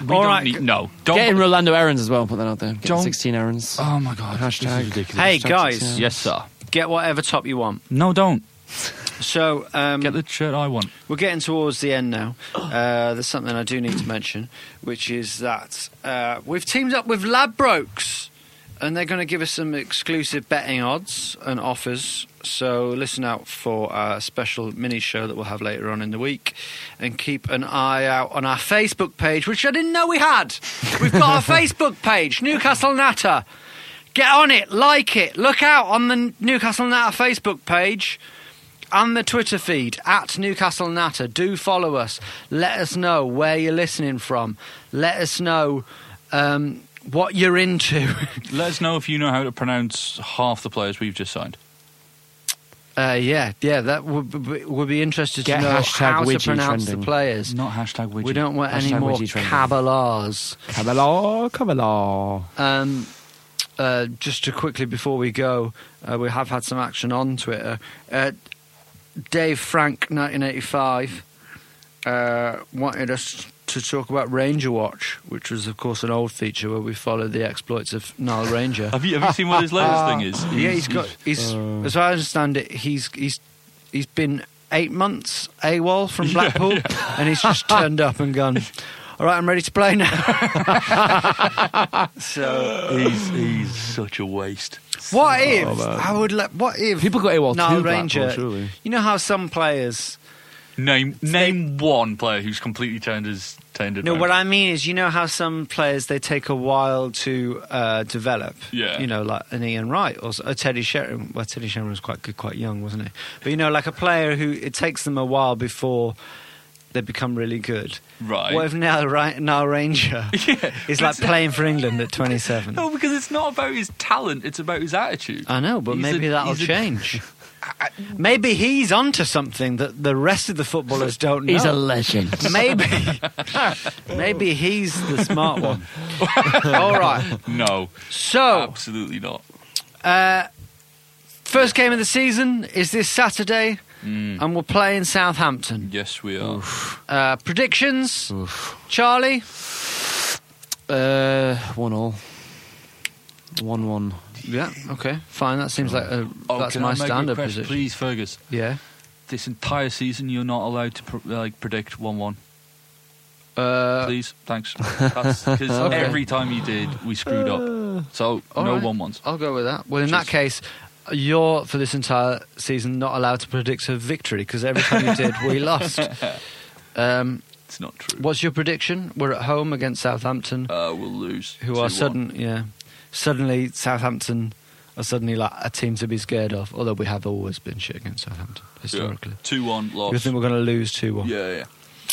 Speaker 3: We
Speaker 2: All
Speaker 3: don't
Speaker 2: right.
Speaker 3: need- no, don't.
Speaker 4: Get in Rolando errands as well. Put that out there. Get
Speaker 3: Don't-
Speaker 4: 16 errands.
Speaker 3: oh my god,
Speaker 4: Hashtag.
Speaker 3: This is ridiculous.
Speaker 2: hey
Speaker 4: Just
Speaker 2: guys,
Speaker 4: touch it,
Speaker 3: yes sir.
Speaker 2: get whatever top you want.
Speaker 3: No, don't
Speaker 2: So um,
Speaker 3: get the shirt I want.
Speaker 2: We're getting towards the end now. Uh, there's something I do need to mention, which is that uh, we've teamed up with Ladbrokes, and they're going to give us some exclusive betting odds and offers. So listen out for a special mini show that we'll have later on in the week, and keep an eye out on our Facebook page, which I didn't know we had. We've got a Facebook page, Newcastle Natter. Get on it, like it, look out on the Newcastle Natter Facebook page and the Twitter feed at Newcastle Natter. Do follow us. Let us know where you're listening from. Let us know um, what you're into.
Speaker 3: Let us know if you know how to pronounce half the players we've just signed.
Speaker 2: uh, yeah, yeah, that would be, would be interested
Speaker 4: Get
Speaker 2: to know
Speaker 4: hashtag
Speaker 2: how to
Speaker 4: Widgie
Speaker 2: pronounce
Speaker 4: trending.
Speaker 2: the players.
Speaker 3: Not hashtag widget.
Speaker 2: we don't want any
Speaker 4: Hashtag
Speaker 2: more
Speaker 4: Widgie trending.
Speaker 2: Kabbalahs.
Speaker 4: Cabello, cabello.
Speaker 2: Um, uh, just to quickly before we go, uh, we have had some action on Twitter. Uh, Dave Frank, 1985, uh, wanted us to talk about Ranger Watch, which was, of course, an old feature where we followed the exploits of Nile Ranger.
Speaker 3: Have you, have you seen what his latest thing is?
Speaker 2: yeah, he's got. He's, as I understand it, he's he's he's been eight months AWOL from Blackpool, and he's just turned up and gone. All right, I'm ready to play now. so
Speaker 3: He's, he's such a waste.
Speaker 2: What if I would? Let, what if
Speaker 4: People got AWOL
Speaker 2: Nile
Speaker 4: too, Blackpool,
Speaker 2: Ranger?
Speaker 4: surely.
Speaker 2: You know how some players.
Speaker 3: Name name one player who's completely turned his turned it.
Speaker 2: No,
Speaker 3: around.
Speaker 2: what I mean is, you know how some players they take a while to uh, develop.
Speaker 3: Yeah.
Speaker 2: You know, like an Ian Wright or s- a Teddy Sheringham. Well, Teddy Sheringham was quite good, quite young, wasn't he? But you know, like a player who it takes them a while before they become really good.
Speaker 3: Right.
Speaker 2: What if now, right, now Ranger is like playing for England at 27?
Speaker 3: No, because it's not about his talent; it's about his attitude.
Speaker 2: I know, but
Speaker 3: He's
Speaker 2: maybe
Speaker 3: a-
Speaker 2: that'll
Speaker 3: he's a-
Speaker 2: change. maybe he's onto something that the rest of the footballers don't know.
Speaker 5: He's a legend.
Speaker 2: maybe, maybe he's the smart one. All right.
Speaker 3: No,
Speaker 2: So,
Speaker 3: absolutely not.
Speaker 2: first game of the season is this Saturday,
Speaker 3: Mm.
Speaker 2: and we're playing Southampton.
Speaker 3: Yes, we are.
Speaker 2: Uh, predictions, Charlie.
Speaker 4: Uh, one all. One one.
Speaker 2: Yeah. Okay. Fine. That seems like a,
Speaker 3: Oh,
Speaker 2: that's
Speaker 3: can I
Speaker 2: my
Speaker 3: make a
Speaker 2: standard
Speaker 3: request,
Speaker 2: position.
Speaker 3: Please, Fergus.
Speaker 2: Yeah.
Speaker 3: This entire season, you're not allowed to pr- like predict one-one.
Speaker 2: Uh,
Speaker 3: Please, thanks. Because every time you did, we screwed up. So
Speaker 2: Uh. all
Speaker 3: no
Speaker 2: right.
Speaker 3: one-ones.
Speaker 2: I'll go with that. Well, in that
Speaker 3: Cheers.
Speaker 2: case, you're for this entire season not allowed to predict a victory because every time you did, we lost. Um,
Speaker 3: It's not true.
Speaker 2: what's your prediction? We're at home against Southampton,
Speaker 3: Uh, we'll lose.
Speaker 2: who are
Speaker 3: 2-1.
Speaker 2: sudden, yeah, suddenly Southampton are suddenly like a team to be scared of. Although we have always been shit against Southampton historically.
Speaker 3: Two-one
Speaker 2: You
Speaker 3: loss.
Speaker 2: think we're going to lose two one?
Speaker 3: Yeah, yeah.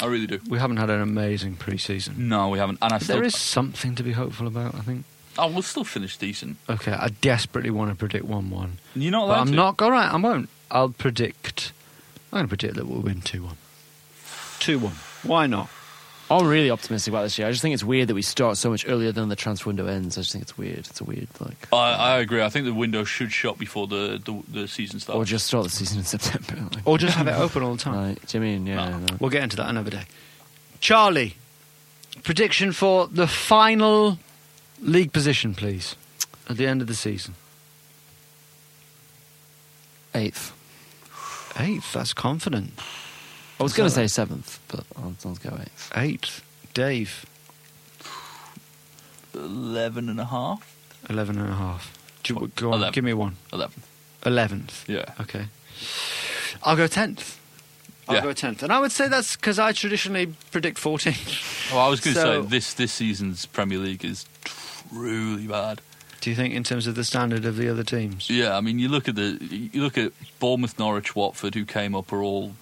Speaker 3: I really do.
Speaker 2: We haven't had an amazing pre-season.
Speaker 3: No, we haven't. And I still,
Speaker 2: There is something to be hopeful about, I think.
Speaker 3: I will still finish decent.
Speaker 2: Okay, I desperately want to predict 1 1.
Speaker 3: You're
Speaker 2: But
Speaker 3: not allowed
Speaker 2: I'm
Speaker 3: to.
Speaker 2: not. All right, I won't. I'll predict. I'm going to predict that we'll win 2 1. 2 1. Why not?
Speaker 4: I'm really optimistic about this year. I just think it's weird that we start so much earlier than the transfer window ends. I just think it's weird. It's a weird like.
Speaker 3: I, I agree. I think the window should shut before the, the, the season starts.
Speaker 4: Or just start the season in September. Like,
Speaker 2: Or just have it open all the time.
Speaker 4: like, do you mean? Yeah. no.
Speaker 2: We'll get into that another day. Charlie, prediction for the final league position, please, at the end of the season.
Speaker 4: Eighth.
Speaker 2: Eighth, that's confident.
Speaker 4: I was going to say seventh, but I'll, I'll go eighth.
Speaker 2: Eighth, Dave,
Speaker 3: 11 and a half?
Speaker 2: 11 and a half. Do you- Go on,
Speaker 3: Eleven.
Speaker 2: give me one.
Speaker 3: 11.
Speaker 2: 11th.
Speaker 3: Yeah.
Speaker 2: Okay. I'll go 10th. I'll
Speaker 3: Yeah.
Speaker 2: go 10th. And I would say that's because I traditionally predict 14th.
Speaker 3: Well, Oh, I was going to
Speaker 2: So-
Speaker 3: say this, this season's Premier League is truly bad.
Speaker 2: Do you think in terms of the standard of the other teams?
Speaker 3: Yeah, I mean, you look at the you look at Bournemouth, Norwich, Watford, who came up are all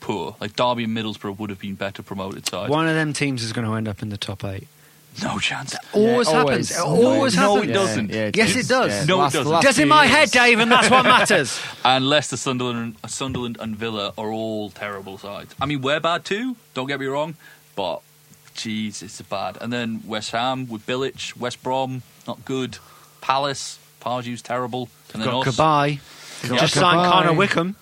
Speaker 3: poor. Like Derby and Middlesbrough would have been better promoted sides.
Speaker 2: One of them teams is going to end up in the top eight.
Speaker 3: No chance.
Speaker 2: Always
Speaker 4: Yeah,
Speaker 2: happens.
Speaker 4: always.
Speaker 2: It always
Speaker 3: No,
Speaker 2: happens.
Speaker 3: it doesn't.
Speaker 4: Yeah,
Speaker 2: yes, it
Speaker 4: it's-
Speaker 2: does.
Speaker 4: yeah,
Speaker 3: No, it doesn't.
Speaker 4: last
Speaker 2: Just in
Speaker 4: few
Speaker 2: my
Speaker 4: years.
Speaker 2: head, Dave, and that's what matters.
Speaker 3: And Leicester, Sunderland, Sunderland, and Villa are all terrible sides. I mean, we're bad too. Don't get me wrong, but jeez, it's bad. And then West Ham with Bilic, West Brom, not good. Palace, Pardew's terrible. And then
Speaker 2: Got
Speaker 3: us.
Speaker 2: goodbye. Just signed
Speaker 4: Kabay.
Speaker 2: Connor Wickham.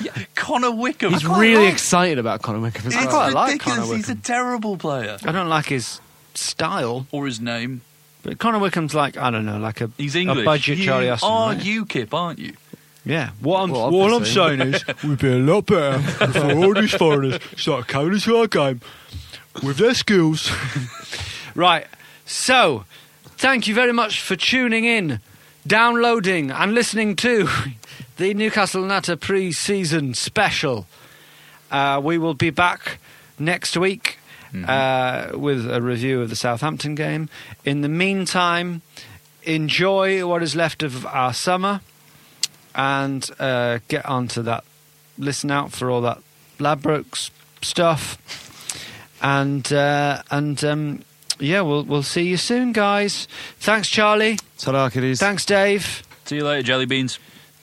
Speaker 3: Yeah, Connor Wickham.
Speaker 4: He's really excited about Conor Wickham. as
Speaker 3: It's
Speaker 4: well.
Speaker 2: quite like
Speaker 3: ridiculous.
Speaker 2: Connor
Speaker 3: He's a
Speaker 2: Wickham.
Speaker 3: terrible player.
Speaker 2: I don't like his style,
Speaker 3: Or his name.
Speaker 2: but Connor Wickham's like I don't know, like a,
Speaker 3: He's
Speaker 2: a
Speaker 3: English.
Speaker 2: budget
Speaker 3: you
Speaker 2: Charlie Austin.
Speaker 3: are
Speaker 2: right?
Speaker 3: UKIP, aren't you?
Speaker 2: Yeah. What I'm,
Speaker 4: Well,
Speaker 2: what I'm
Speaker 4: obviously.
Speaker 2: saying is, we'd be a lot better if all these foreigners start coming into our game with their skills. right. So, thank you very much for tuning in, downloading, and listening to the Newcastle Natter pre season special. Uh, we will be back next week uh, with a review of the Southampton game. In the meantime, enjoy what is left of our summer and uh, get onto that. Listen out for all that Labrooks stuff, and uh, and um, yeah, we'll we'll see you soon, guys. Thanks, Charlie.
Speaker 4: Ta-ra, kiddies.
Speaker 2: Thanks, Dave.
Speaker 3: See you later, Jelly Beans.